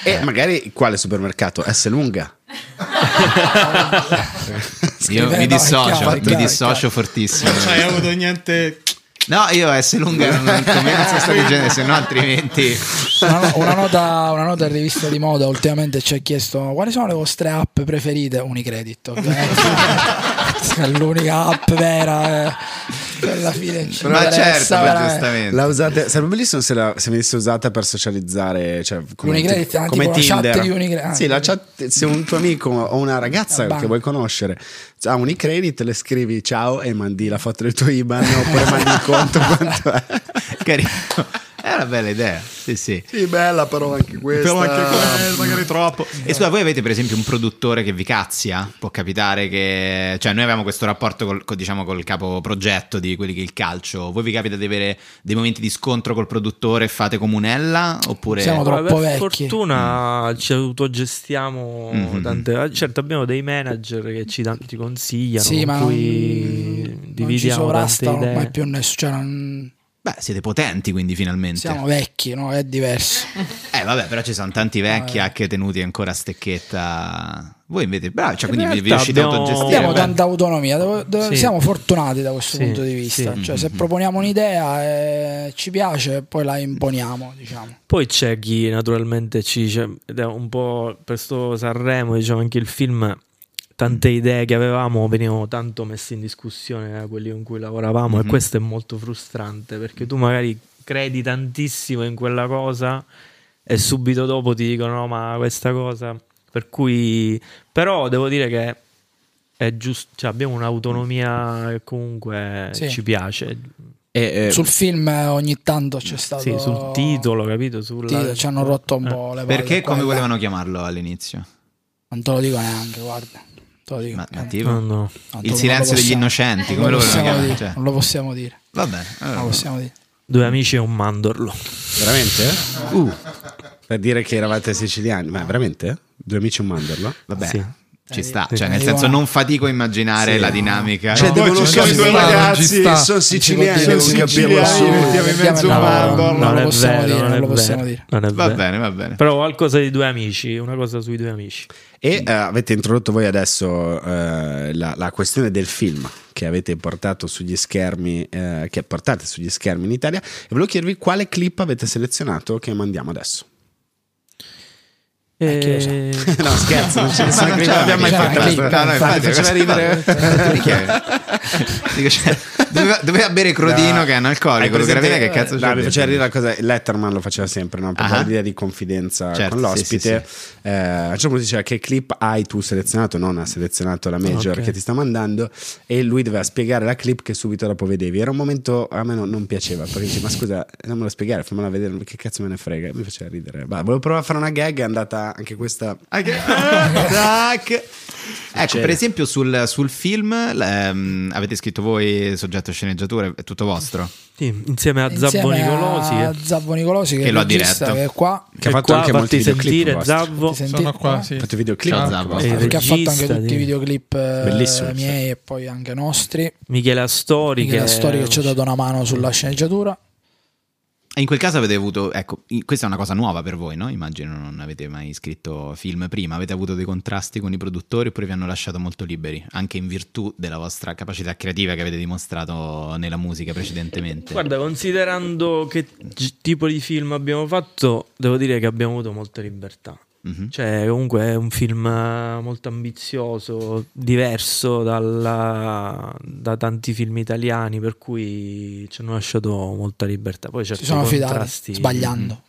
Eh. e magari quale supermercato? S lunga.
Io
Eh, no,
mi
è
dissocio,
chiaro, è
mi
chiaro, è
dissocio
chiaro.
fortissimo.
Cioè, Non
Cioè,
hai avuto niente.
No, io S lunga non, non commento sto dicendo, se no altrimenti.
Una, no- una nota, una nota in rivista di moda ultimamente ci ha chiesto quali sono le vostre app preferite? Unicredit, ovviamente. È l'unica app vera. eh, che alla fine ci
Ma certo,
interessa,
ma
veramente.
giustamente.
La usate, sarebbe bellissimo se, la, se venisse usata per socializzare, cioè come,
Unicredit,
ti-
ah,
come
tipo la chat
Tinder.
di Unicredit.
Sì, la chat, se un tuo amico o una ragazza
La banca.
che vuoi conoscere ha Unicredit, le scrivi ciao e mandi la foto del tuo IBAN oppure mandi il conto quanto è.
Carino. È una bella idea. Sì, sì.
Sì, bella però anche questa.
magari troppo. E scusa, voi avete per esempio un produttore che vi cazzia? Può capitare che. Cioè, noi avevamo questo rapporto col, col- diciamo, col capoprogetto di quelli che è il calcio. Voi vi capita di avere dei momenti di scontro col produttore e fate comunella? Oppure.
Siamo troppo
Guarda, per
vecchi. Mm.
fortuna ci autogestiamo
Mhm.
tante ah, certo abbiamo dei manager che ci dan- ti consigliano
Sì,
con
ma
cui
non, non ci
dividiamo tante
sovrastano
idee
mai più nessuno. Cioè, non-
Beh, siete potenti quindi finalmente.
Siamo vecchi, no? È diverso.
Eh vabbè, però ci sono tanti vecchi anche tenuti ancora a stecchetta. Voi invece, bravo, cioè,
In
quindi vi- vi
realtà
riuscite a
abbiamo-
autogestire.
Abbiamo
bene.
tanta autonomia, devo- devo-
Sì.
siamo fortunati da questo
Sì,
punto di vista.
sì. Mm-hmm.
Cioè, se proponiamo un'idea eh, ci piace, poi la imponiamo, diciamo.
Poi c'è chi naturalmente ci dice, ed è un po' per sto Sanremo, diciamo anche il film, tante idee che avevamo venivano tanto messe in discussione da quelli con cui lavoravamo
Mhm.
e questo è molto frustrante perché tu magari credi tantissimo in quella cosa e subito dopo ti dicono no ma questa cosa, per cui però devo dire che è giusto, cioè abbiamo un'autonomia che comunque
Sì.
ci piace.
E, eh,
Sul film eh, ogni tanto c'è stato...
Sì, sul titolo, capito? Sulla-
Titolo, ci hanno rotto un
Eh.
po' le palle.
Perché
qua
come
e là.
volevano chiamarlo all'inizio?
Non te lo dico neanche, guarda. Te lo dico.
Ma-
Eh,
nativo?
No, no.
no, te-
Il
non
silenzio
lo
degli
possiamo-
innocenti,
Non
come
lo
lo volevano
possiamo
chiamare?
dire.
Cioè,
Non lo possiamo dire.
vabbè, eh, allora,
Non
Ah,
lo possiamo dire.
Due amici e un mandorlo.
Veramente? Per dire che eravate siciliani, ma veramente? Due amici e un mandorlo?
vabbè,
Sì.
ci sta.
sì.
Cioè, nel
Sì.
senso, non fatico a immaginare la dinamica.
Cioè,
No.
devono
ci
capire
sta,
due
non ci
ragazzi,
sta.
sono siciliani,
Sono
devono capirlo
siciliani,
subito.
mettiamo in mezzo un
No,
mandorlo.
no,
non
è
lo possiamo
vero,
dire,
non
non
è
lo possiamo
vero,
dire.
non è
va
vero.
bene, va bene.
Però qualcosa di due amici, una cosa sui due amici.
E eh, avete introdotto voi adesso eh, la, la questione del film che avete portato sugli schermi, eh, che portate sugli schermi in Italia. E volevo chiedervi quale clip avete selezionato che mandiamo adesso.
Eh, chi lo sa.
E-
no, scherzo, non ce ne
Ma
sono
non ce
clip, non
l'abbiamo mai
Cioè,
fatta.
clip,
No, no, infatti,
faceva ridere.
questa- Dico, cioè, doveva, doveva bere Crodino
No.
che è analcolico.
Hai
Lo
presente-
Caravina che cazzo
no,
c'è
mi
dentro?
faceva ridere la cosa Letterman lo faceva sempre no? per
Ah.
dare l'idea di confidenza
Certo,
con
sì,
l'ospite
sì,
Eh, a un certo punto diceva che clip hai tu selezionato non ha selezionato la major
Ok.
che ti sta mandando e lui doveva spiegare la clip che subito dopo vedevi era un momento a me non, non piaceva perché dice ma scusa non me la spiegare fammela vedere che cazzo me ne frega mi faceva ridere Bah, volevo provare a fare una gag è andata anche questa
Ah, che- Tac. Ecco,
Succede.
per esempio sul, sul film ehm, avete scritto voi soggetto sceneggiatura, è tutto vostro.
sì, insieme a
Insieme
Zabbo Nicolosi. eh.
a Zabbo Nicolosi che,
Che
è
lo ha
il regista,
diretto.
che è qua
che ha
E
fatto
qua
anche molti
fatti
videoclip
sentire
vostri.
Zabbo.
Ti senti
Sono qua,
qua?
sì.
ha fatto Ecco, videoclip
Ciao,
anche
Zabbo.
vostri.
Eh,
perché ha fatto anche
Regista,
tutti
sì.
i videoclip eh,
Bellissimo,
miei e poi anche nostri
Michela Stori.
Quindi la
che
storia che ci ha dato una mano sulla sceneggiatura
E in quel caso avete avuto, ecco, in- questa è una cosa nuova per voi, no? Immagino non avete mai scritto film prima, avete avuto dei contrasti con i produttori oppure vi hanno lasciato molto liberi, anche in virtù della vostra capacità creativa che avete dimostrato nella musica precedentemente.
Guarda, considerando che gi- tipo di film abbiamo fatto, devo dire che abbiamo avuto molta libertà.
Mhm.
Cioè, comunque è un film eh, molto ambizioso, diverso dalla- da tanti film italiani, per cui ci hanno lasciato molta libertà. Poi certi
si sono fidati
contrasti,
sbagliando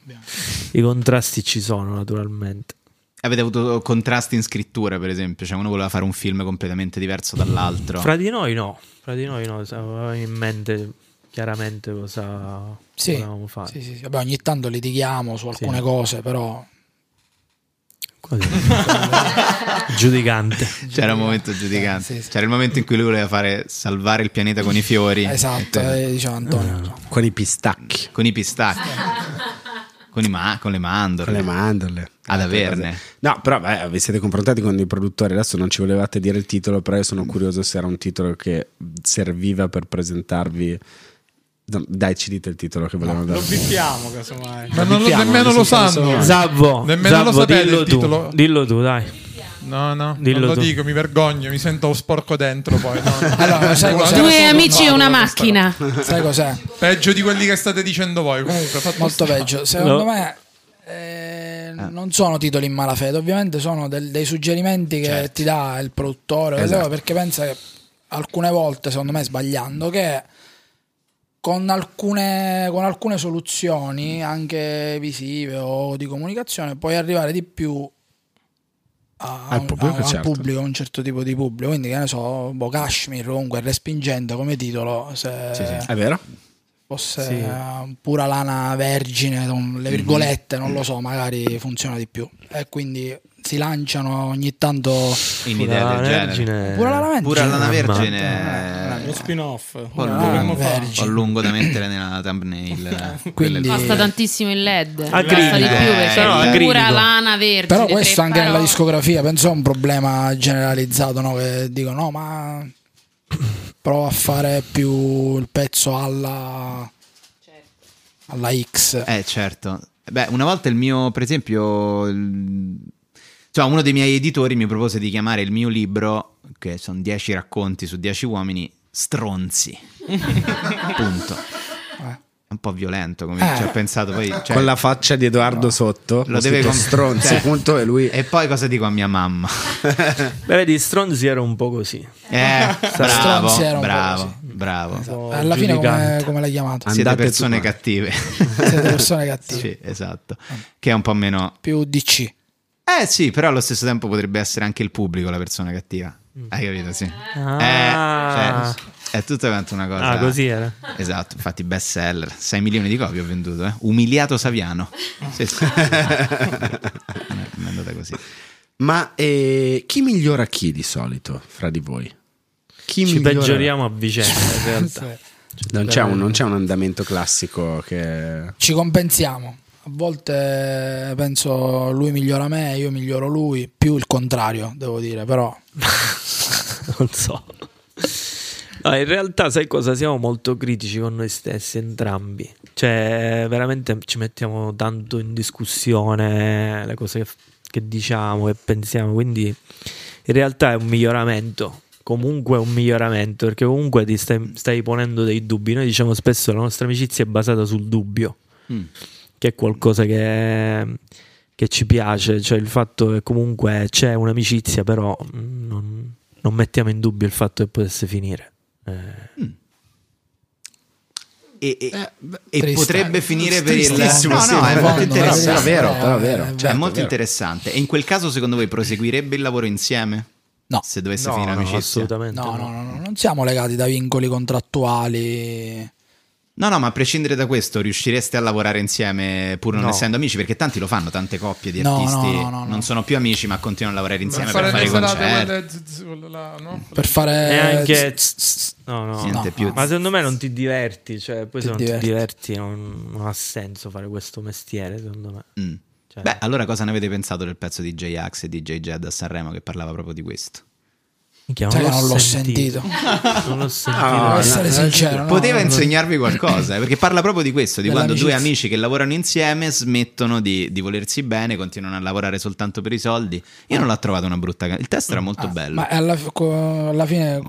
I contrasti ci sono, naturalmente.
Avete avuto contrasti in scrittura, per esempio, cioè uno voleva fare un film completamente diverso dall'altro.
Fra di noi no, fra di noi no, avevamo in mente chiaramente cosa
Sì,
volevamo fare.
Sì, sì, sì. Vabbè, ogni tanto litighiamo su alcune
Sì.
cose però
Così. Giudicante.
C'era un momento giudicante.
Sì, sì.
C'era il momento in cui lui voleva fare salvare il pianeta con i fiori.
esatto
Cioè,
eh, diceva Antonio insomma.
con i pistacchi
Con i pistacchi.
eh.
con, i ma- con le
con
mandorle.
le mandorle
Ad
Altre cose.
averne.
No, però beh, vi siete confrontati con i produttori, adesso non ci volevate dire il titolo, però io sono curioso se era un titolo che serviva per presentarvi. No, Dai, ci dite il titolo che volevamo
Lo
dare.
bippiamo casomai.
Ma non lo-
Bippiamo,
nemmeno
nel
lo
senso-
sanno.
Zabbo,
Nemmeno lo
Zabbo,
sapete
dillo
il
tu,
titolo.
dillo tu, dai.
No, no,
Dillo
non lo
tu.
dico, mi vergogno, mi sento sporco dentro poi. no, no.
Allora, sai
Guarda,
cos'è?
Cioè,
Due
sono
amici e una macchina.
sai cos'è
Peggio di quelli che state dicendo voi. comunque, fatto
molto
sta.
peggio secondo
No.
me eh, non sono titoli in malafede ovviamente sono del- dei suggerimenti che
Certo.
ti dà il produttore
Esatto.
perché pensa che alcune volte secondo me sbagliando che con alcune, con alcune soluzioni anche visive o di comunicazione puoi arrivare di più a-
Al pubblico,
a- al
certo.
pubblico, un certo tipo di pubblico quindi che ne so boh, Kashmir comunque respingente come titolo se
È vero?
fosse
Sì.
eh, pura lana vergine, con le virgolette, non lo so, magari funziona di più. E quindi si lanciano ogni tanto
In idea del genere.
Vergine.
pura lana vergine.
Pura lana
Mamma.
vergine. eh,
Lo spin-off. Lo
Poi
lana
dovremmo
lungo,
fare.
vergine.
poi lungo da mettere nella thumbnail. eh, Quella è
Quindi-
la-
Costa tantissimo il LED.
A
Costa di
grigio.
più perché
Eh, no, a
è
grigio.
pura lana vergine.
Però
tre
questo anche nella
parole.
discografia, penso è un problema generalizzato, no? Che dicono no, ma prova a fare più il pezzo alla... alla X.
Eh, certo. Beh, una volta il mio, per esempio, il- cioè, uno dei miei editori mi propose di chiamare il mio libro, che sono 10 racconti su 10 uomini, Stronzi. Punto. È un po' violento come
Eh.
ci ho pensato poi. cioè,
Con la faccia di Edoardo sotto,
lo deve con-
stronzi,
cioè,
punto, e lui...
E poi cosa dico a mia mamma?
Beh, vedi, Stronzi era un po' così.
Eh, bravo,
Stronzi era un po'
bravo, bravo.
Alla fine come, come l'hai chiamato?
Siete persone cattive.
Siete persone cattive.
Sì, esatto. Che è un po' meno...
Più DC.
Eh sì, però allo stesso tempo potrebbe essere anche il pubblico la persona cattiva. Hai capito? Sì.
Ah.
Eh, cioè, è tutta quanto una cosa.
Ah, così era.
Esatto, infatti best seller, 6 milioni di copie ho venduto, eh. Umiliato Saviano. Sì, sì. Eh, è andata così.
Ma eh, chi migliora chi di solito fra di voi? Chi
Ci
migliora-
peggioriamo a vicenda, in realtà.
Non c'è, un, non c'è un andamento classico che...
Ci compensiamo. A volte penso lui migliora me, io miglioro lui, più il contrario, devo dire, però
non so. No, in realtà, sai cosa? Siamo molto critici con noi stessi, entrambi. Cioè, veramente ci mettiamo tanto in discussione le cose che, f- che diciamo, che pensiamo. Quindi, in realtà è un miglioramento. Comunque è un miglioramento, perché comunque ti stai, stai ponendo dei dubbi. Noi diciamo spesso la nostra amicizia è basata sul dubbio
Mm.
che è qualcosa che, che ci piace, cioè il fatto che comunque c'è un'amicizia, però mh, non, non mettiamo in dubbio il fatto che potesse finire. Eh,
E, e- e
triste.
potrebbe finire per il...
Tristissimo,
No,
sì,
no, è
profondo,
molto
no,
interessante.
però vero, però vero,
Cioè, è
certo,
molto
vero.
interessante. E in quel caso, secondo voi, proseguirebbe il lavoro insieme?
No.
Se dovesse
No,
finire
no,
l'amicizia?
assolutamente
no, no, no, no, non siamo legati da vincoli contrattuali.
No, no, ma a prescindere da questo, riuscireste a lavorare insieme pur non
No.
essendo amici? Perché tanti lo fanno, tante coppie di
No,
artisti
no, no, no, no.
non sono più amici, ma continuano a lavorare insieme per fare
Sarebbe
i
stata
concerti.
quella- z- z- quella là, no?
Per fare...
E anche...
Tss, tss,
No, no,
Niente
no,
più.
no. ma secondo me non ti diverti, cioè poi se
Ti
non
diverti.
ti diverti non, non ha senso fare questo mestiere, secondo me.
Mm.
Cioè-
Beh, allora cosa ne avete pensato del pezzo di J-Ax e di J Jed a Sanremo che parlava proprio di questo?
Minchia,
Sai che Cioè, non l'ho sentito.
Non l'ho sentito.
Devo
no,
essere
no,
sincero. no,
Poteva
no,
insegnarvi qualcosa, eh, perché parla proprio di questo, di quando due
Dell'amicizia.
amici che lavorano insieme smettono di, di volersi bene, continuano a lavorare soltanto per i soldi. Io non l'ho trovata una brutta... ca- Il testo era molto
Ah,
bello.
Ma alla, fi- co- alla fine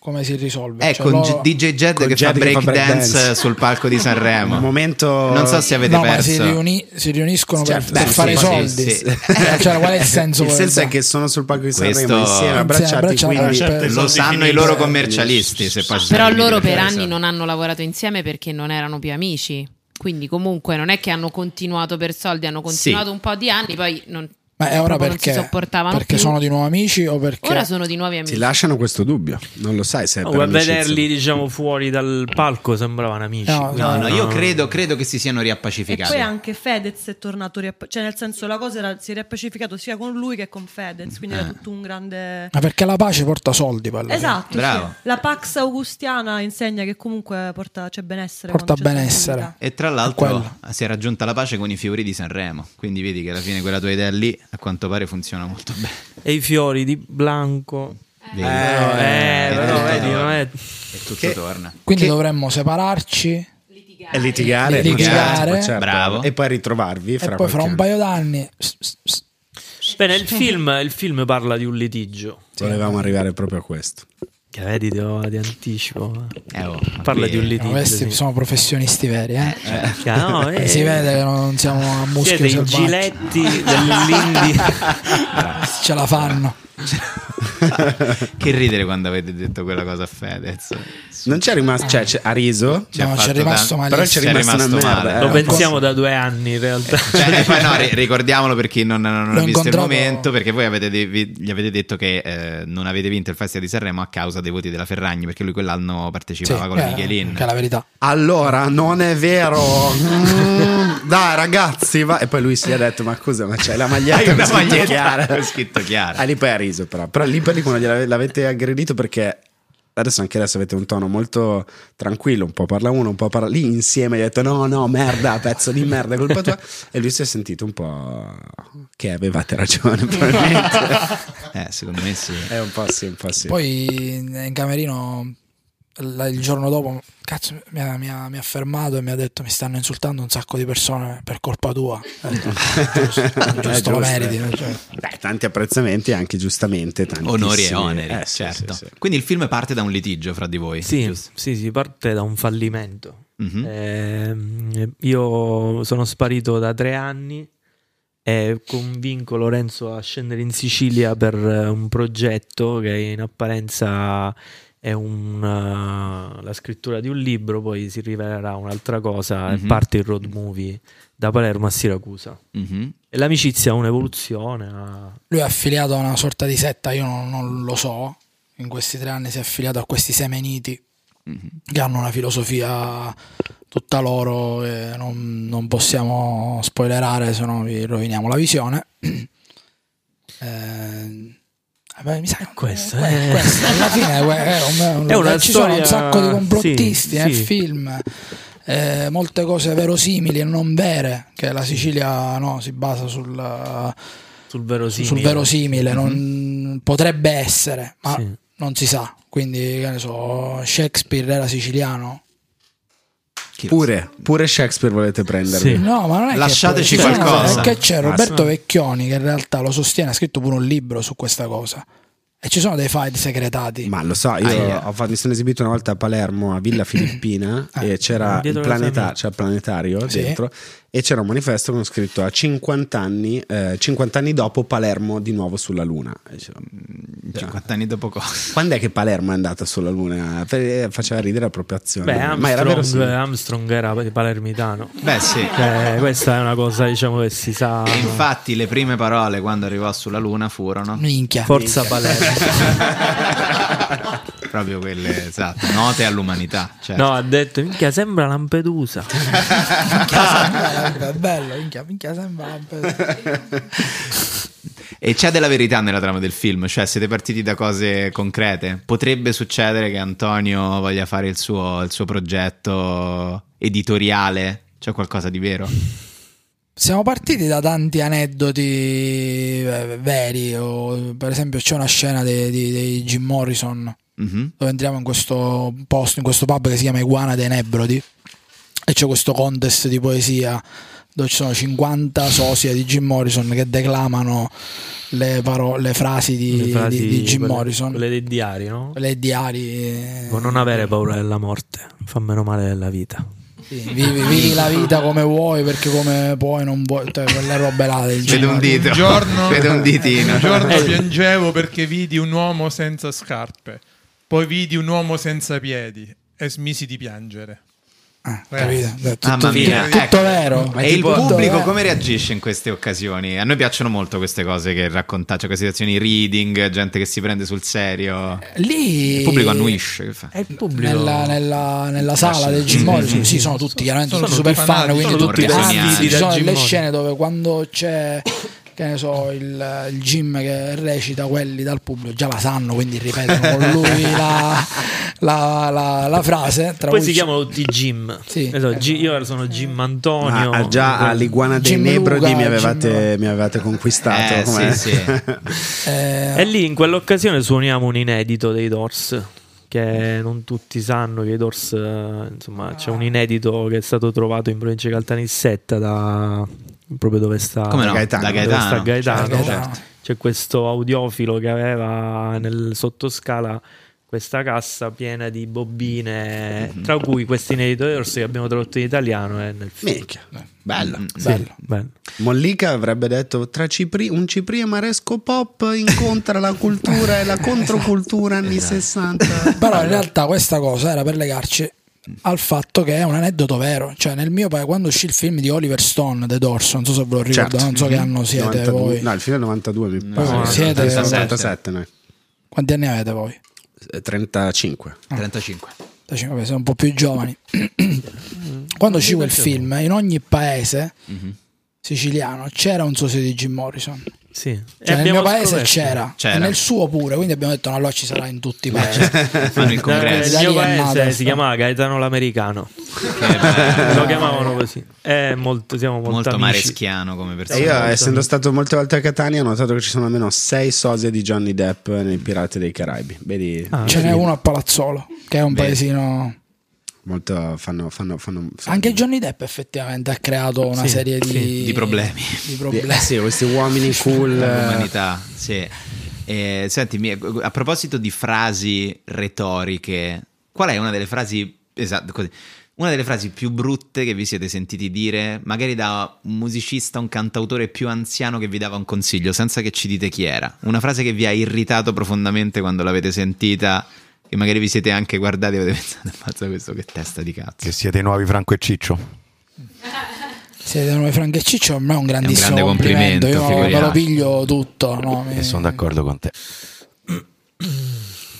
come si risolve?
Eh,
Cioè,
con
lo-
G- DJ Jed
con
che
Jed
fa
che fa
break dance,
breakdance.
sul palco di Sanremo.
Un momento...
Non so se avete
No, ma
perso.
si, riuni- si riuniscono per-
Certo,
per,
sì,
fare i
sì,
soldi.
sì.
Eh, Cioè, qual è il senso?
il
poi?
senso è che sono sul palco di Sanremo
Questo-
insieme, abbracciati,
Eh, abbracciati, certo, per-
quindi- Lo-
Lo sanno i loro commercialisti. Se poi ci sono
Però
i
loro per
videopresa.
anni non hanno lavorato insieme perché non erano più amici. Quindi comunque non è che hanno continuato per soldi, hanno continuato un po' di anni, poi non,
Ma è ora
proprio non si
perché?
sopportavano
Perché
più.
sono di nuovo amici o perché...
Ora sono di nuovi
Ti
amici.
lasciano questo dubbio, non lo sai se è
No,
per
a
amicizia.
vederli, diciamo, fuori dal palco sembravano amici.
No,
quindi-
No, no, io
no.
credo, credo che si siano
E
riappacificati.
poi anche Fedez è tornato, riapp- cioè nel senso la cosa era, si è riappacificato sia con lui che con Fedez, quindi
Eh.
era tutto un grande...
Ma perché la pace porta soldi
Ah,
poi alla fine.
Esatto, sì.
Bravo.
la Pax Augustiana insegna che comunque porta, c'è benessere.
Porta
quando c'è
benessere.
tranquillità.
E tra l'altro si è raggiunta la pace con i fiori di Sanremo. Quindi vedi che alla fine quella tua idea lì, a quanto pare, funziona molto bene.
E i fiori di Blanco.
Vedi?
Però, eh,
Eh,
però
tutto
vedi,
torna.
non è...
E tutto
Che-
torna.
Quindi dovremmo separarci
E litigare,
Litigare.
ma certo.
Bravo.
E poi ritrovarvi fra
e poi fra
qualche
un paio
anno.
d'anni... s- s- s-
Bene, il film, il film parla di un litigio.
Volevamo arrivare proprio a questo.
Che vedi, ti ho- ti anticipo. eh.
Eh, oh, ma
Parla
qui-
di un
no,
litigio.
questi
sì.
sono professionisti veri, eh. Cioè,
Che- no, eh,
Si vede che non siamo a
Siete
muschio Eh,
i
selvatico.
giletti dell'indie.
Ce la fanno.
Che ridere quando avete detto quella cosa a Fedez.
Non c'è rimasto, cioè c'è- ha riso,
No, c'è
fatto
rimasto
tan-
malissimo.
però c'è
Ci è
rimasto, una
male.
merda. eh.
Lo pensiamo da due anni, in realtà.
Eh,
Cioè, e poi no, ri- ricordiamolo per chi non, non
L'ho
ha visto il
incontrato-
momento, perché voi avete de- vi- gli avete detto che eh, non avete vinto il Festival di Sanremo a causa dei voti della Ferragni, perché lui quell'anno partecipava
Sì,
con la
eh,
Michelin.
Che è la verità.
Allora, non è vero. Mm, dai, ragazzi, va. E poi lui si è detto: Ma scusa, ma c'è la maglietta
Hai
con
una
scritto
maglietta
chiara.
con scritto chiara.
Ah, lì poi ha riso, però. Però lì per lì quando gliela- l'avete aggredito perché. Adesso anche adesso avete un tono molto tranquillo, un po' parla uno, un po' parla lì insieme, gli ha detto no, no, merda, pezzo di merda, è colpa tua. E lui si è sentito un po' che avevate ragione, probabilmente.
Eh, secondo me sì.
È un po' sì, un po' sì.
Poi in in camerino la- il giorno dopo cazzo, mi, ha, mi ha- mi ha fermato e mi ha detto mi stanno insultando un sacco di persone per colpa tua. Eh, giusto,
Eh,
giusto, lo
giusto,
meriti.
eh.
no? Cioè,
Beh, tanti apprezzamenti e anche giustamente tantissimi.
Onori e oneri,
Eh, sì,
certo.
sì, sì.
Quindi il film parte da un litigio fra di
certo.
voi.
Sì, Eh,
giusto?
sì, sì, parte da un fallimento.
Mhm.
Ehm, io sono sparito da tre anni e convinco Lorenzo a scendere in Sicilia per eh, un progetto che in apparenza è un, eh, la scrittura di un libro, poi si rivelerà un'altra cosa e
Mhm.
parte il road movie da Palermo a Siracusa.
Mhm.
E l'amicizia ha un'evoluzione. ha-
Lui è affiliato a una sorta di setta, io non, non lo so. In questi tre anni si è affiliato a questi semeniti
Mhm.
che hanno una filosofia tutta loro e non, non possiamo spoilerare, se no vi roviniamo la visione. Eh, beh, mi sa che
Questo,
que-
eh.
questo alla fine que- è un- un- eh,
È una
ci sono
storia-
un sacco di complottisti
sì,
nel
sì.
film. eh, molte cose verosimili e non vere, che la Sicilia no, si basa sul,
sul verosimile,
sul verosimile, Ah. non- potrebbe essere, ma
Sì.
non si sa. Quindi, che ne so, Shakespeare era siciliano.
Pure, pure Shakespeare volete prendervi.
No, ma non è che-
Lasciateci
cioè,
qualcosa.
Perché c'è
Basta.
Roberto Vecchioni che in realtà lo sostiene, ha scritto pure un libro su questa cosa. E ci sono dei file segretati.
Ma lo so, io
Ahia.
ho fatto- mi sono esibito una volta a Palermo a Villa Filippina e c'era il
Ah, Dietro la
planeta-
famiglia.
c'era il planetario
Sì.
dentro e c'era un manifesto con scritto a 50 anni, eh, 50 anni dopo Palermo di nuovo sulla Luna. E dicevo,
50 anni dopo cosa?
Quando è che Palermo è andata sulla Luna? Fe- Faceva ridere la propria azione.
Beh, Armstrong,
Ma era vero sì.
Armstrong era palermitano.
Beh, sì.
Eh, questa è una cosa, diciamo, che si sa.
E infatti le prime parole quando arrivò sulla Luna furono
Minchia.
Forza Palermo.
proprio quelle esatto, note all'umanità. certo.
No, ha detto, minchia, sembra Lampedusa.
È bello, minchia, minchia sembra
E c'è della verità nella trama del film, cioè siete partiti da cose concrete. Potrebbe succedere che Antonio voglia fare il suo, il suo progetto editoriale, c'è qualcosa di vero?
Siamo partiti da tanti aneddoti eh, veri, o, per esempio c'è una scena dei, dei- dei Jim Morrison
Mhm.
dove entriamo in questo posto, in questo pub che si chiama Iguana dei Nebrodi e c'è questo contest di poesia dove ci sono 50 sosie di Jim Morrison che declamano le, paro- le frasi di,
Le frasi-
di- di Jim
quelle-
Morrison,
Quelle dei diari, no?
le diari,
Tipo, non avere paura della morte, fa meno male della vita.
sì, vivi, vivi la vita come vuoi perché come puoi non vuoi, cioè, quelle robe là del
Vedo un dito,
Un giorno,
vedo un ditino.
un giorno
Eh,
piangevo perché vidi un uomo senza scarpe, poi vidi un uomo senza piedi e smisi di piangere.
Eh, Capito?
Ragazzi.
Tutto,
Mamma mia,
tutto
ecco.
vero.
e il
Tutto
pubblico
vero.
come reagisce in queste occasioni? A noi piacciono molto queste cose che raccontate, cioè queste situazioni reading, gente che si prende sul serio.
Lì-
il pubblico annuisce. che fa?
E il pubblico...
Nella, nella- nella sala del Jim
Mm,
Morrison,
mm,
sì, sono tutti chiaramente
sono
tutti
tutti
super fan,
fanatici,
quindi
sono
tutti
tutti
pazzi.
organizzati
Ci sono
da Jim
delle
Morrison.
scene dove quando c'è che ne so, il, il Jim che recita quelli dal pubblico già la sanno, quindi ripetono con lui la, la- la- la frase. Tra
Poi
cui
si
c'è-
chiamano tutti Jim.
Sì.
Esatto, Gi- io sono Jim Antonio.
Ah,
Ma già all'iguana dei
Jim
Nebrodi
Luca,
mi
Jim-
avevate, mi avevate conquistato.
Eh,
com'è?
sì, sì.
eh,
E lì in quell'occasione suoniamo un inedito dei Dors. Che non tutti sanno che i Dors, eh, insomma, c'è un inedito che è stato trovato in provincia di Caltanissetta, da proprio dove sta
Come no?
Gaetano.
Da
dove sta
Gaetano.
Gaetano.
Certo, certo.
C'è questo audiofilo che aveva nel sottoscala questa cassa piena di bobine, tra cui questo inedito dei Dors che abbiamo tradotto in italiano. E nel film.
Minchia. Bello.
bello.
Bello.
Mollica avrebbe detto tra cipri, un cipria maresco pop incontra la cultura e la controcultura anni
Esatto.
60.
Però in realtà questa cosa era per legarci al fatto che è un aneddoto vero. Cioè, nel mio paese, quando uscì il film di Oliver Stone, The Doors, non so se ve lo ricordo,
Certo.
non so che anno siete
92
voi.
No, il film è 92 mi
Voi
pare.
siete-
87, noi.
Quanti anni avete voi?
Eh, 35.
35.
Dici, vabbè, siamo un po' più giovani. Quando uscì
Mhm.
quel film, in ogni paese siciliano c'era un socio di Jim Morrison.
Sì.
Cioè, nel mio paese
Eh,
c'era,
C'era.
e nel suo pure, quindi abbiamo detto: no, allora ci sarà in tutti i paesi.
Fanno il congresso.
Da
Nel
lì
mio
è nata
paese
sta-
si chiamava Gaetano l'americano. Lo chiamavano così. È molto, siamo molto,
Molto
amici.
mareschiano come
E
persona.
io,
Molto
essendo
amico.
stato molte volte a Catania, ho notato che ci sono almeno sei sosie di Johnny Depp nei Pirati dei Caraibi. Vedi,
Ah.
Ce n'è uno a Palazzolo, che è un
Bene.
paesino.
molto fanno. fanno, fanno
Anche Johnny Depp, effettivamente, ha creato una
Sì,
serie
sì,
di,
di problemi.
di
Sì,
problemi.
Eh, sì, questi uomini cool. eh,
L'umanità, sì. Eh, senti, mi- a proposito di frasi retoriche, qual è una delle frasi esatto, così, una delle frasi più brutte che vi siete sentiti dire, magari da un musicista, un cantautore più anziano che vi dava un consiglio senza che ci dite chi era? Una frase che vi ha irritato profondamente quando l'avete sentita, che magari vi siete anche guardati e avete pensato, mazza questo che testa di cazzo.
Che siete i nuovi Franco e Ciccio.
Siete noi Franco e Ciccio, a me è un grandissimo
grande
complimento.
complimento,
Io me lo
figuriamoci.
piglio tutto. no, mi-
E sono d'accordo con te.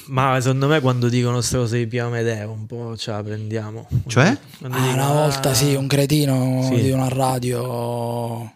Ma secondo me quando dicono queste cose di Pio Medeo un po' ce la prendiamo. Quando-
Cioè?
quando
Ah,
dicono,
una volta
"Ah,
sì, un cretino
Sì.
di una radio.
eh,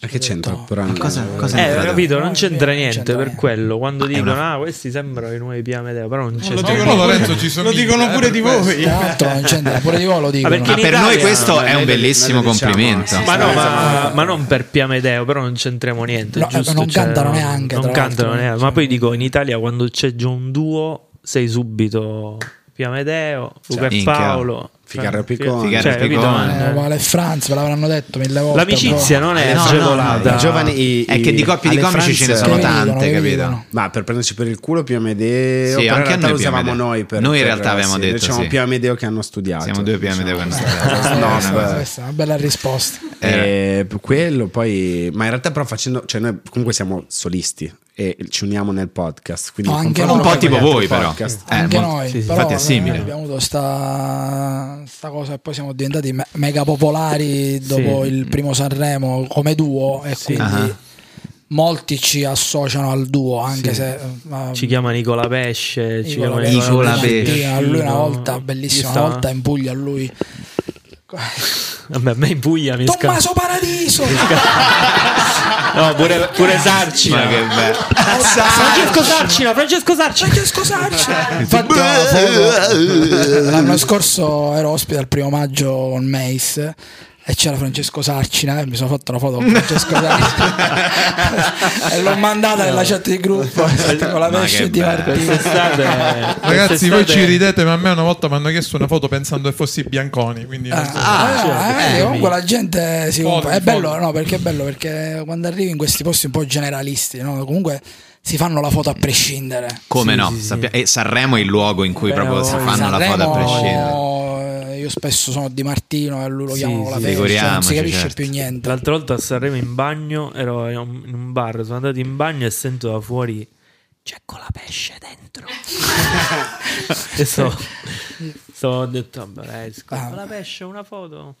ma che c'entra? Però non-
cosa- cosa-
Eh, ho capito, non
No,
c'entra
non
niente
c'entra
per
niente.
quello. Quando dicono,
una-
ah, questi sembrano i nuovi Pia Medeo, però non c'entra
Lo
niente.
dicono, Lorenzo, ci
Lo
somiglia,
dicono
eh,
pure
per
di
questo.
voi.
Tra l'altro, non c'entra, pure di voi lo Eh, dico.
Ah, perché
Ma
in
per noi
Italia-
questo è un
noi-
bellissimo
noi diciamo-
complimento.
sì,
Ma no,
Eh,
ma, ma non per Piamedeo, però non c'entriamo niente.
No, eh,
giusto? Cioè,
non cantano neanche,
Non
tra
cantano
l'altro. Cioè.
neanche. Ma poi dico, in Italia quando c'è già un duo, sei subito Piamedeo, Luca
Cioè,
e
minchia.
Paolo.
Ficarra
Fran-
Piccone.
Fi-
Ficarra
cioè, capito?
Piccone.
Eh,
Eh,
Vale e Franz, ve l'avranno detto mille volte.
L'amicizia non è
Eh, no, no,
agevolata.
I giovani, i-
È che di coppie di
alle
comici ce ne
Franz-
sono
Che
tante,
dicono, che
capito?
dicono.
Ma per prenderci per il culo più Amedeo,
Sì, anche
però in realtà
a noi
lo usavamo
Piamedeo.
noi per,
Noi in
per-
realtà avevamo
noi
detto,
diciamo
sì.
più Amedeo che hanno studiato.
Siamo due Pia Amedeo
diciamo.
che hanno studiato.
No,
No,
no, vabbè.
questa è una bella risposta.
Eh, quello poi, ma in realtà, però, facendo, cioè, noi comunque siamo solisti e ci uniamo nel podcast. Quindi
No, anche
confronto
noi.
con
Un po'
tipo
gli altri
voi, però.
podcast.
Eh,
Anche
molto-
noi,
sì, sì.
però,
Infatti è
eh,
simile.
abbiamo avuto sta, sta cosa e poi siamo diventati me- mega popolari dopo
Sì.
il primo Sanremo come duo e
Sì.
quindi
Ah.
molti ci associano al duo anche
Sì.
se eh,
Ci chiama Nicola Pesce, ci
Nicola
chiama
Pesce,
Nicola
Gianni
Pesce.
Martino, A lui una volta,
Io
bellissima una
stavo-
volta in Puglia, a lui
Vabbè, a me in Puglia mi scappa.
Tommaso Paradiso, Ah,
No, pure, pure Sarcina.
Ma che bello.
Francesco Sarcina, Francesco Sarcina.
Francesco Sarci. Infatti, ho la foto. l'anno scorso ero ospite al primo maggio con Mace. E c'era Francesco Sarcina e mi sono fatto una foto con Francesco Sarcina e l'ho mandata nella chat di gruppo con la
Ma
pesce
che
di
bello.
Martino.
Quest'estate,
Ragazzi,
quest'estate-
voi ci ridete, ma a me una volta mi hanno chiesto una foto pensando che fossi Bianconi. Quindi non so.
Ah,
certo,
eh,
sì.
comunque la gente si
Foto,
compa- è
foto.
bello, no, perché è bello perché quando arrivi in questi posti un po' generalisti, no, comunque si fanno la foto a prescindere.
Come
Sì,
no?
sì, sì.
Sappia- e Sanremo è il luogo in cui
Beh,
proprio
oh,
si fanno la foto a
Sanremo,
prescindere.
Esatto. eh, Io spesso sono di Martino e lui lo
Sì,
chiamano
sì,
la pesce, non
figuriamoci,
si capisce
certo.
più niente.
L'altra volta a Sanremo in bagno ero in un in un bar, sono andato in bagno e sento da fuori c'è con la pesce dentro. e so, so ho detto vabbè, esco.
Ah.
la pesce una foto.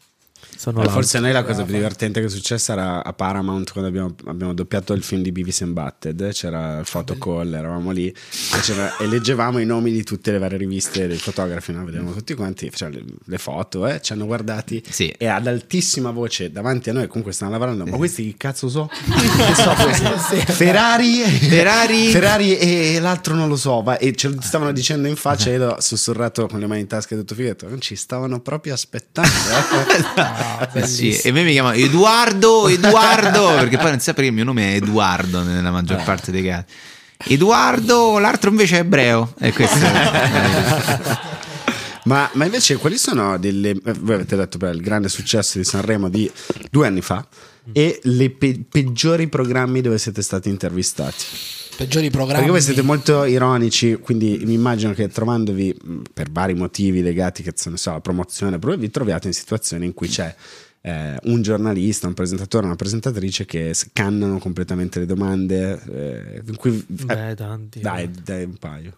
Sono
Ma
là.
Forse a noi la cosa più divertente che è successa era a Paramount quando abbiamo, abbiamo doppiato il film di Beavis and Butted. C'era il photocall, eravamo lì e, c'era- e leggevamo i nomi di tutte le varie riviste dei fotografi. No? Vedevamo tutti quanti cioè, le, le foto, eh, ci hanno guardati
Sì. Eh.
e ad altissima voce davanchi a noi. Comunque stanno lavorando, ma questi che cazzo so? Che so questi? Ferrari,
Ferrari.
Ferrari e l'altro non lo so. va- e ce lo stavano dicendo in faccia. E io ho sussurrato con le mani in tasca e ho detto, figlio, non ci stavano proprio aspettando. eh."
Ah,
Eh sì, e me mi chiamano Eduardo, Eduardo, perché poi non si sa perché il mio nome è Eduardo nella maggior parte dei casi. Eduardo, l'altro invece è ebreo. E questo
Ma, ma invece quali sono delle... eh, Voi avete detto per il grande successo di Sanremo di due anni fa e le pe- peggiori programmi dove siete stati intervistati?
Peggiori programmi.
Perché voi siete molto ironici, quindi mi immagino che trovandovi mh, per vari motivi legati, che ne so, alla promozione, proprio vi troviate in situazioni in cui c'è eh, un giornalista, un presentatore, una presentatrice che scannano completamente le domande. eh, in cui, eh,
Beh, tanti.
dai, dai un paio.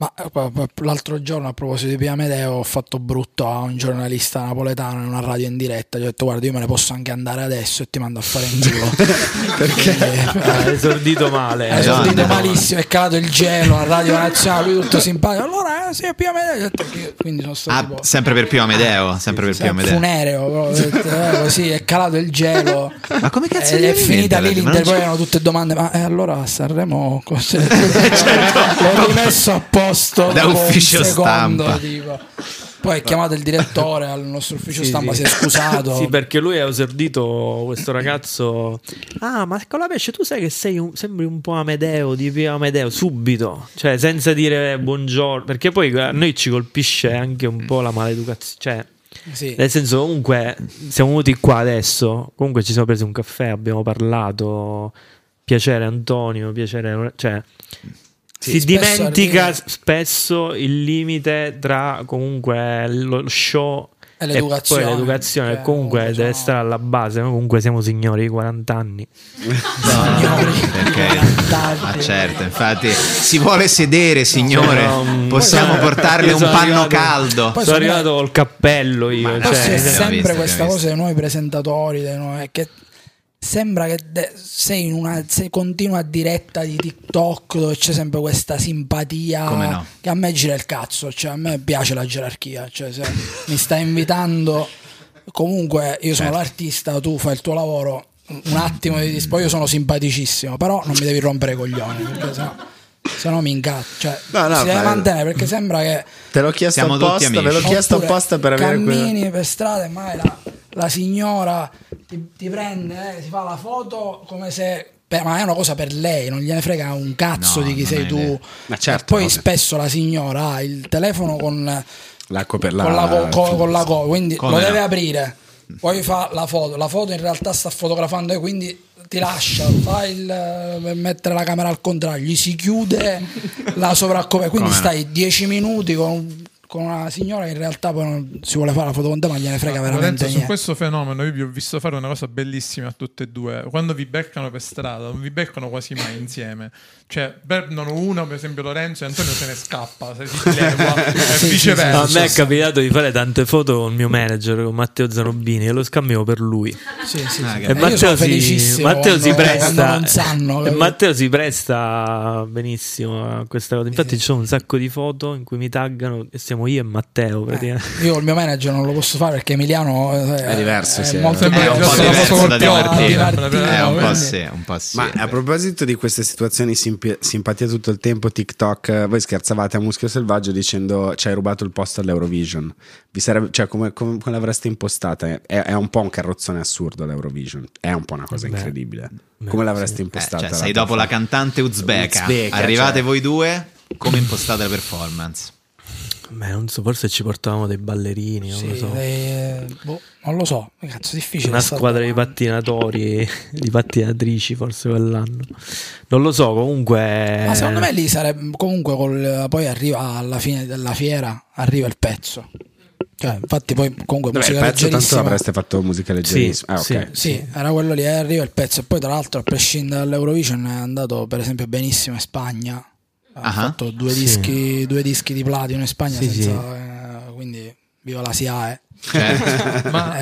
Ma eh, pa- pa- l'altro giorno a proposito di Pia Medeo ho fatto brutto a un giornalista napoletano in una radio in diretta. Gli ho detto guarda io me ne posso anche andare adesso e ti mando a fare in culo.
Ha Ah, esordito male.
Ha
Esatto.
esordito malissimo, è calato il gelo a Radio Nazionale, lui tutto simpatico. Allora, eh, sì, è Pia Medeo. Gli ho detto, "Io-". Quindi sono stato tipo,
Ah, Sempre per Pio Amedeo, sempre per Pio Amedeo.
Cioè, funereo. proprio. Ho detto, eh, così è calato il gelo.
Ma come cazzo
Ed
gli
è
viene in
finita
mente,
lì
ma non
l'inter-
c'è-
poi erano tutte domande. Ma eh, allora a Sanremo cos'è? l'ho rimesso a posto
Certo. Da
dopo un
ufficio
secondo,
stampa.
tipo. Poi è chiamato il direttore al nostro ufficio stampa, si è scusato.
Sì, perché lui ha esordito questo ragazzo. Ah, ma Colapesce, tu sai che sei un- sembri un po' Amedeo di Pio Amedeo subito, cioè senza dire buongiorno, perché poi a noi ci colpisce anche un po' la maleducazione, cioè
Sì.
nel senso comunque siamo venuti qua adesso, comunque ci siamo presi un caffè, abbiamo parlato, piacere Antonio, piacere, cioè
Sì,
si
spesso
dimentica
arriva-
spesso il limite tra comunque lo show
E l'educazione,
e poi l'educazione
cioè,
comunque deve stare alla base noi comunque siamo signori di 40 anni
Ah,
Perché? Ma certo, infatti, si vuole sedere, signore.
Cioè, no, Eh,
Possiamo
poi-
portarle
io
un
sono
panno
arrivato-
caldo.
Poi
sono
sono-
arrivato col cappello io
Poi
cioè,
c'è
cioè,
sempre questa cosa dei nuovi presentatori, dei nuovi- che sembra che de- sei in una sei continua diretta di TikTok dove c'è sempre questa simpatia
Come no?
che a me gira il cazzo, cioè a me piace la gerarchia, cioè se mi stai invitando comunque io sono
Certo.
l'artista, tu fai il tuo lavoro, un attimo di dis- poi io sono simpaticissimo, però non mi devi rompere i coglioni, perché sennò, sennò mi incazzo, cioè
No, no,
si deve
fai-
mantenere perché sembra che
Te l'ho chiesto
Siamo tutti
apposta, ve l'ho
amici.
chiesto
Oppure
apposta per avere quella.
cammini per strada e mai la, la signora ti, ti prende, eh, si fa la foto come se. beh, ma è una cosa per lei, non gliene frega un cazzo
No,
di chi
non
sei
hai
tu.
idea.
Ma certo,
e poi
vabbè.
spesso la signora ha il telefono con,
L'acqua per la
con la co- co- con la co- quindi
Come
lo
no?
deve aprire. Poi fa la foto, la foto in realtà sta fotografando e quindi ti lascia, fa il, eh, per mettere la camera al contrario, gli si chiude la sovraccopia, quindi
Come no?
stai 10 minuti con, con una signora che in realtà poi non si vuole fare la foto con te ma gliene
Ah,
frega veramente
Lorenzo, su
niente.
questo fenomeno io vi ho visto fare una cosa bellissima a tutte e due. Quando vi beccano per strada, non vi beccano quasi mai insieme. Cioè, perdono uno, per esempio Lorenzo e Antonio se ne scappa, se si leva, e
a
viceversa.
me è capitato di fare tante foto con il mio manager con Matteo Zanobini e lo scambiavo per lui
Sì, sì, sì.
Ah, che
E
Eh, Io sono
Matteo si,
felicissimo
Matteo
quando-
si presta,
quando non sanno,
e
capito?
Matteo si presta benissimo a questa cosa.
Eh.
Infatti, ci sono un sacco di foto in cui mi taggano e siamo io e
Eh.
Matteo. praticamente.
Io il mio manager non lo posso fare perché Emiliano eh,
È diverso, sì,
molto
è
È Eh, un po'
Sono
diverso
proprio
da Di
col
Martino.
Di Martino,
È un po'
quindi-
sì, un po' sì.
Ma a proposito di queste situazioni simpi- simpatia tutto il tempo, TikTok, eh, voi scherzavate a Muschio Selvaggio dicendo ci hai rubato il posto all'Eurovision. Vi sarebbe, cioè, come, come- come l'avreste impostata? È, è un po' un carrozzone assurdo l'Eurovision. È un po' una cosa
Beh.
incredibile.
Beh,
come l'avreste
Eh,
impostata?
cioè, sei dopo la
canzone
cantante uzbeka.
Uzbeka,
Arrivate
cioè.
voi due, come impostate la performance?
Beh, non so, forse ci portavamo dei ballerini, non
Sì,
lo so.
eh, boh, non lo so, cazzo, è difficile.
Una
sta
squadra di
domanda.
pattinatori, di pattinatrici, forse quell'anno. Non lo so, comunque.
Ma secondo me lì sarebbe comunque col- poi arriva alla fine della fiera, arriva il pezzo. Cioè, infatti poi comunque
Beh, il
musica
pezzo tanto
leggerissima.
avreste fatto musica leggerissima.
Sì,
ah, ok.
Sì, era quello lì, eh, arriva il pezzo e poi tra l'altro a prescindere dall'Eurovision è andato per esempio benissimo in Spagna. Ha
Ah.
fatto due
Sì.
dischi, due dischi di platino in Spagna
Sì,
senza,
sì.
eh, quindi viva la eh. SIAE.
Cioè, eh,
Ma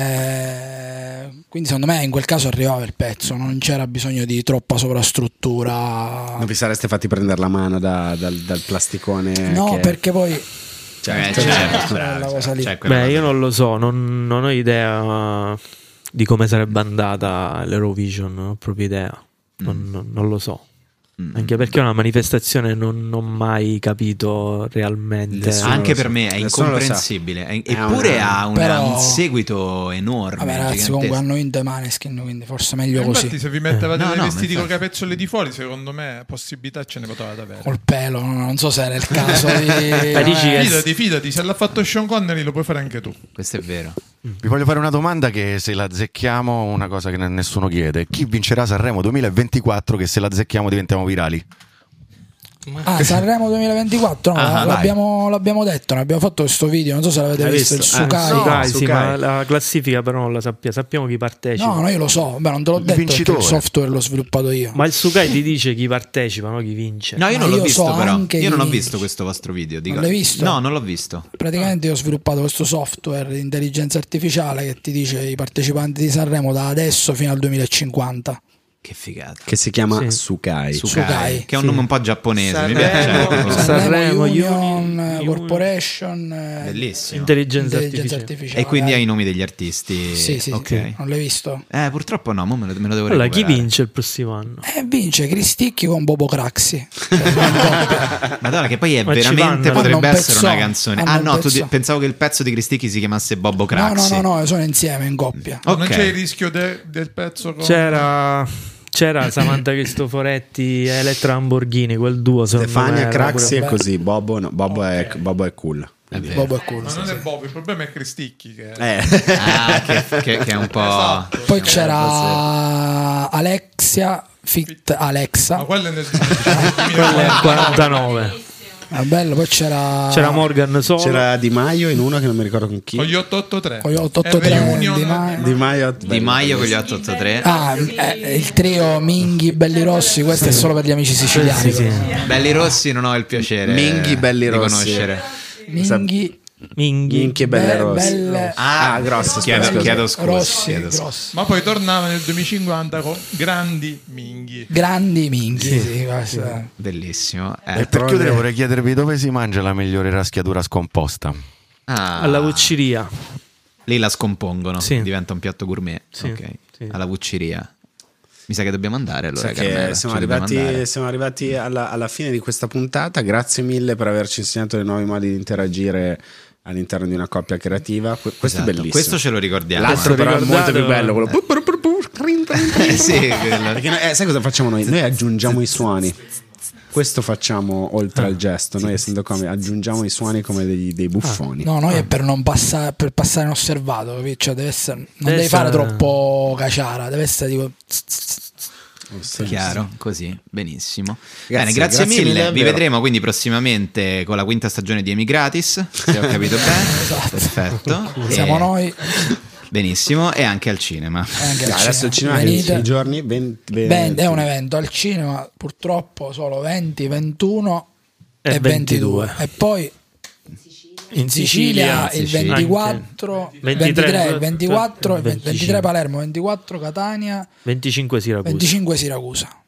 Eh, quindi secondo me in quel caso arrivava il pezzo, non c'era bisogno di troppa sovrastruttura.
Non vi sareste fatti prendere la mano da- dal, dal plasticone?
No,
che-
perché poi
Cioè,
Cioè,
c'è,
certo,
bravo,
la
cioè,
cosa lì.
c'è quella
Beh, io
cosa.
non lo so, non, non ho idea di come sarebbe andata l'Eurovision, non ho proprio idea. Non, non- non lo so.
Mm.
Anche perché è una manifestazione non, non ho mai capito realmente.
Nessuno
Anche
lo
per
sa.
me è
Nessuno lo sa.
incomprensibile, è-
È
eppure
una-
ha una-
Però-
un seguito enorme.
Vabbè, ragazzi,
gigantesco.
comunque hanno vinto i Maneskin, quindi forse meglio
infatti,
così.
se vi mettevate
Eh. No,
dei
no, ma
vestiti con
infatti.
capezzoli di fuori, secondo me possibilità ce ne potevate avere.
Col pelo, no? non so se era il caso di.
Ma dici che-
Fidati, fidati, se l'ha fatto Sean Connery lo puoi fare anche tu.
Questo è vero.
Vi voglio fare una domanda che se la azzecchiamo, una cosa che n- nessuno chiede. Chi vincerà Sanremo 2024 che se la azzecchiamo diventiamo virali?
Ah, Sanremo 2024, no,
Ah, vai.
l'abbiamo, l'abbiamo detto, ne abbiamo fatto questo video, non so se l'avete
Hai
visto,
visto?
il
Eh,
Sukai.
Sukai, sì, ma la classifica però non la sappiamo, sappiamo chi partecipa.
No, no, io lo so, beh, non te l'ho detto perché il software l'ho sviluppato io.
Ma il Sukai ti dice chi partecipa, no chi vince.
No, io
Cioè, Ma
non l'ho
io
visto,
so
però.
anche
Io non ho
di-
visto questo vostro video. Dico.
Non l'hai visto?
No, non l'ho visto.
Praticamente io ho sviluppato questo software di intelligenza artificiale che ti dice i partecipanti di Sanremo da adesso fino al 2050.
Che figata.
Che si chiama Sukai.
Sukai,
Sukai,
che è un nome un po' giapponese. mi
Sanremo.
piace.
Sanremo Union eh, Corporation eh,
Bellissimo.
Intelligenza Intelligenza artificiale. artificiale.
E quindi hai i nomi degli artisti.
Sì, sì,
Ok.
sì, non l'hai visto?
Eh, purtroppo no, mo me lo, me lo devo
Allora, chi
recuperare.
vince il prossimo anno?
E Eh, vince Cristicchi con Bobo Craxi.
Madonna, che poi è
Ma ci
veramente
vanno?
Hanno un
potrebbe essere
pezzone,
una canzone.
hanno
Ah,
un
no, tu di-
pezzone.
pensavo che il pezzo di Cristicchi si chiamasse Bobbo Craxi.
No, no, no, sono insieme in coppia.
Ok.
Non c'è il rischio de- del pezzo con...
C'era, c'era Samantha Cristoforetti e Elettra Lamborghini, quel duo. secondo me
Stefania
era
Craxi
pure-
è così, Bobo, no, Bobo, è, Bobo è cool.
Bobo è cool.
Ma non è Bob, il problema è Cristicchi. Che
Eh.
Ah, che, che- che è un po'.
Esatto.
Poi c'era Alexia Fit Alexa.
Ma quello è nel
Quello è il 49.
Ah, bello, poi c'era
C'era Morgan Solo.
C'era Di Maio in uno che non mi ricordo con chi.
Con gli 883.
Con gli 883
È Reunion.
Di Maio.
Di Maio,
Di Maio con gli 883.
Ah, eh, il trio Minghi Belli Rossi, questo è solo per gli amici siciliani.
Belli Rossi, non ho il piaciere.
Minghi Belli
di
Rossi.
conoscere.
Minghi
Minghi.
Minchie belle
Be-
rosse.
belle-
Ah, grosse.
Chiedo,
scusa, scusa.
chiedo scusa.
Rossi,
chiedo scusa.
Rossi.
Ma poi tornava nel 2050 con grandi minghi.
grandi Minghi. sì, questa-
Bellissimo. Eh,
E per chiudere vorrei chiedervi dove si mangia la migliore raschiatura scomposta.
ah,
Alla Vucciria.
Lì la scompongono,
Sì.
diventa un piatto gourmet.
Sì,
ok.
sì.
Alla vucciria. Mi sa che dobbiamo andare allora.
Sai che
Carmela,
siamo,
ci dobbiamo andare.
arrivati, siamo arrivati alla, alla fine di questa puntata. Grazie mille per averci insegnato i nuovi modi di interagire all'interno di una coppia creativa. Que- Questo
Esatto,
è bellissimo.
Questo ce lo ricordiamo.
L'altro
eh.
però è molto più
Ricordate-
bello. Quello. pu- pu- pu- pu- crin- crin- crin.
Eh, sì, quello.
Perché noi- eh, sai cosa facciamo noi? Noi aggiungiamo i suoni. Questo facciamo oltre al gesto. Noi essendo come aggiungiamo i suoni come dei, dei buffoni.
No, noi è per non passare, per passare inosservato, capi? Cioè, deve essere- non
Deve
devi fare
essere-
troppo caciara, deve essere tipo...
Sì,
Chiaro, così, benissimo.
Grazie,
Bene, grazie,
grazie
mille.
mille,
Vi
davvero.
vedremo quindi prossimamente con la quinta stagione di Emigratis, se ho capito bene.
Esatto.
Perfetto.
Siamo
E-
noi
Benissimo, e anche al cinema.
e anche al
Dai, adesso il cinema è
Venite.
i giorni 20,
Ben- è un evento al cinema, purtroppo solo 20, 21 e, 22. E poi
In
Sicilia, il
Sicilia.
24,
23,
23, 24,
25.
23 Palermo, 24 Catania,
25 Siracusa.
25 Siracusa,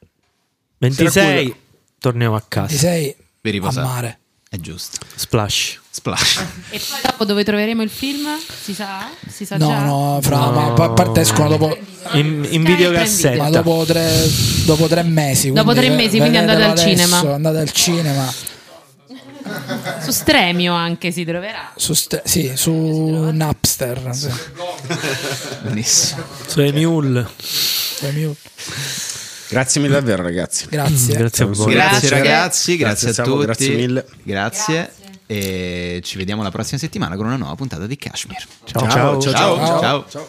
26 torniamo a casa.
26
Vi
a
riposate.
mare.
È giusto.
Splash.
Splash.
E poi dopo dove troveremo il film? Si sa? Si sa
No,
già?
no, fra,
No.
ma a parte escono dopo,
Eh,
In, in
Sky
videocassetta.
ma dopo, tre, dopo tre mesi.
Dopo
quindi
tre
ve-
mesi, quindi andate al
vedetelo adesso,
cinema.
Andate al cinema.
Su Stremio anche si troverà.
Su, st- sì, su Napster. sì.
Benissimo.
Sui Mule.
Grazie mille davvero ragazzi.
Grazie.
Grazie a voi.
Grazie,
Grazie.
ragazzi, grazie,
Grazie,
a
Savo,
tutti.
grazie mille.
Grazie. E ci vediamo la prossima settimana con una nuova puntata di Kashmir.
Ciao.
ciao. ciao. ciao.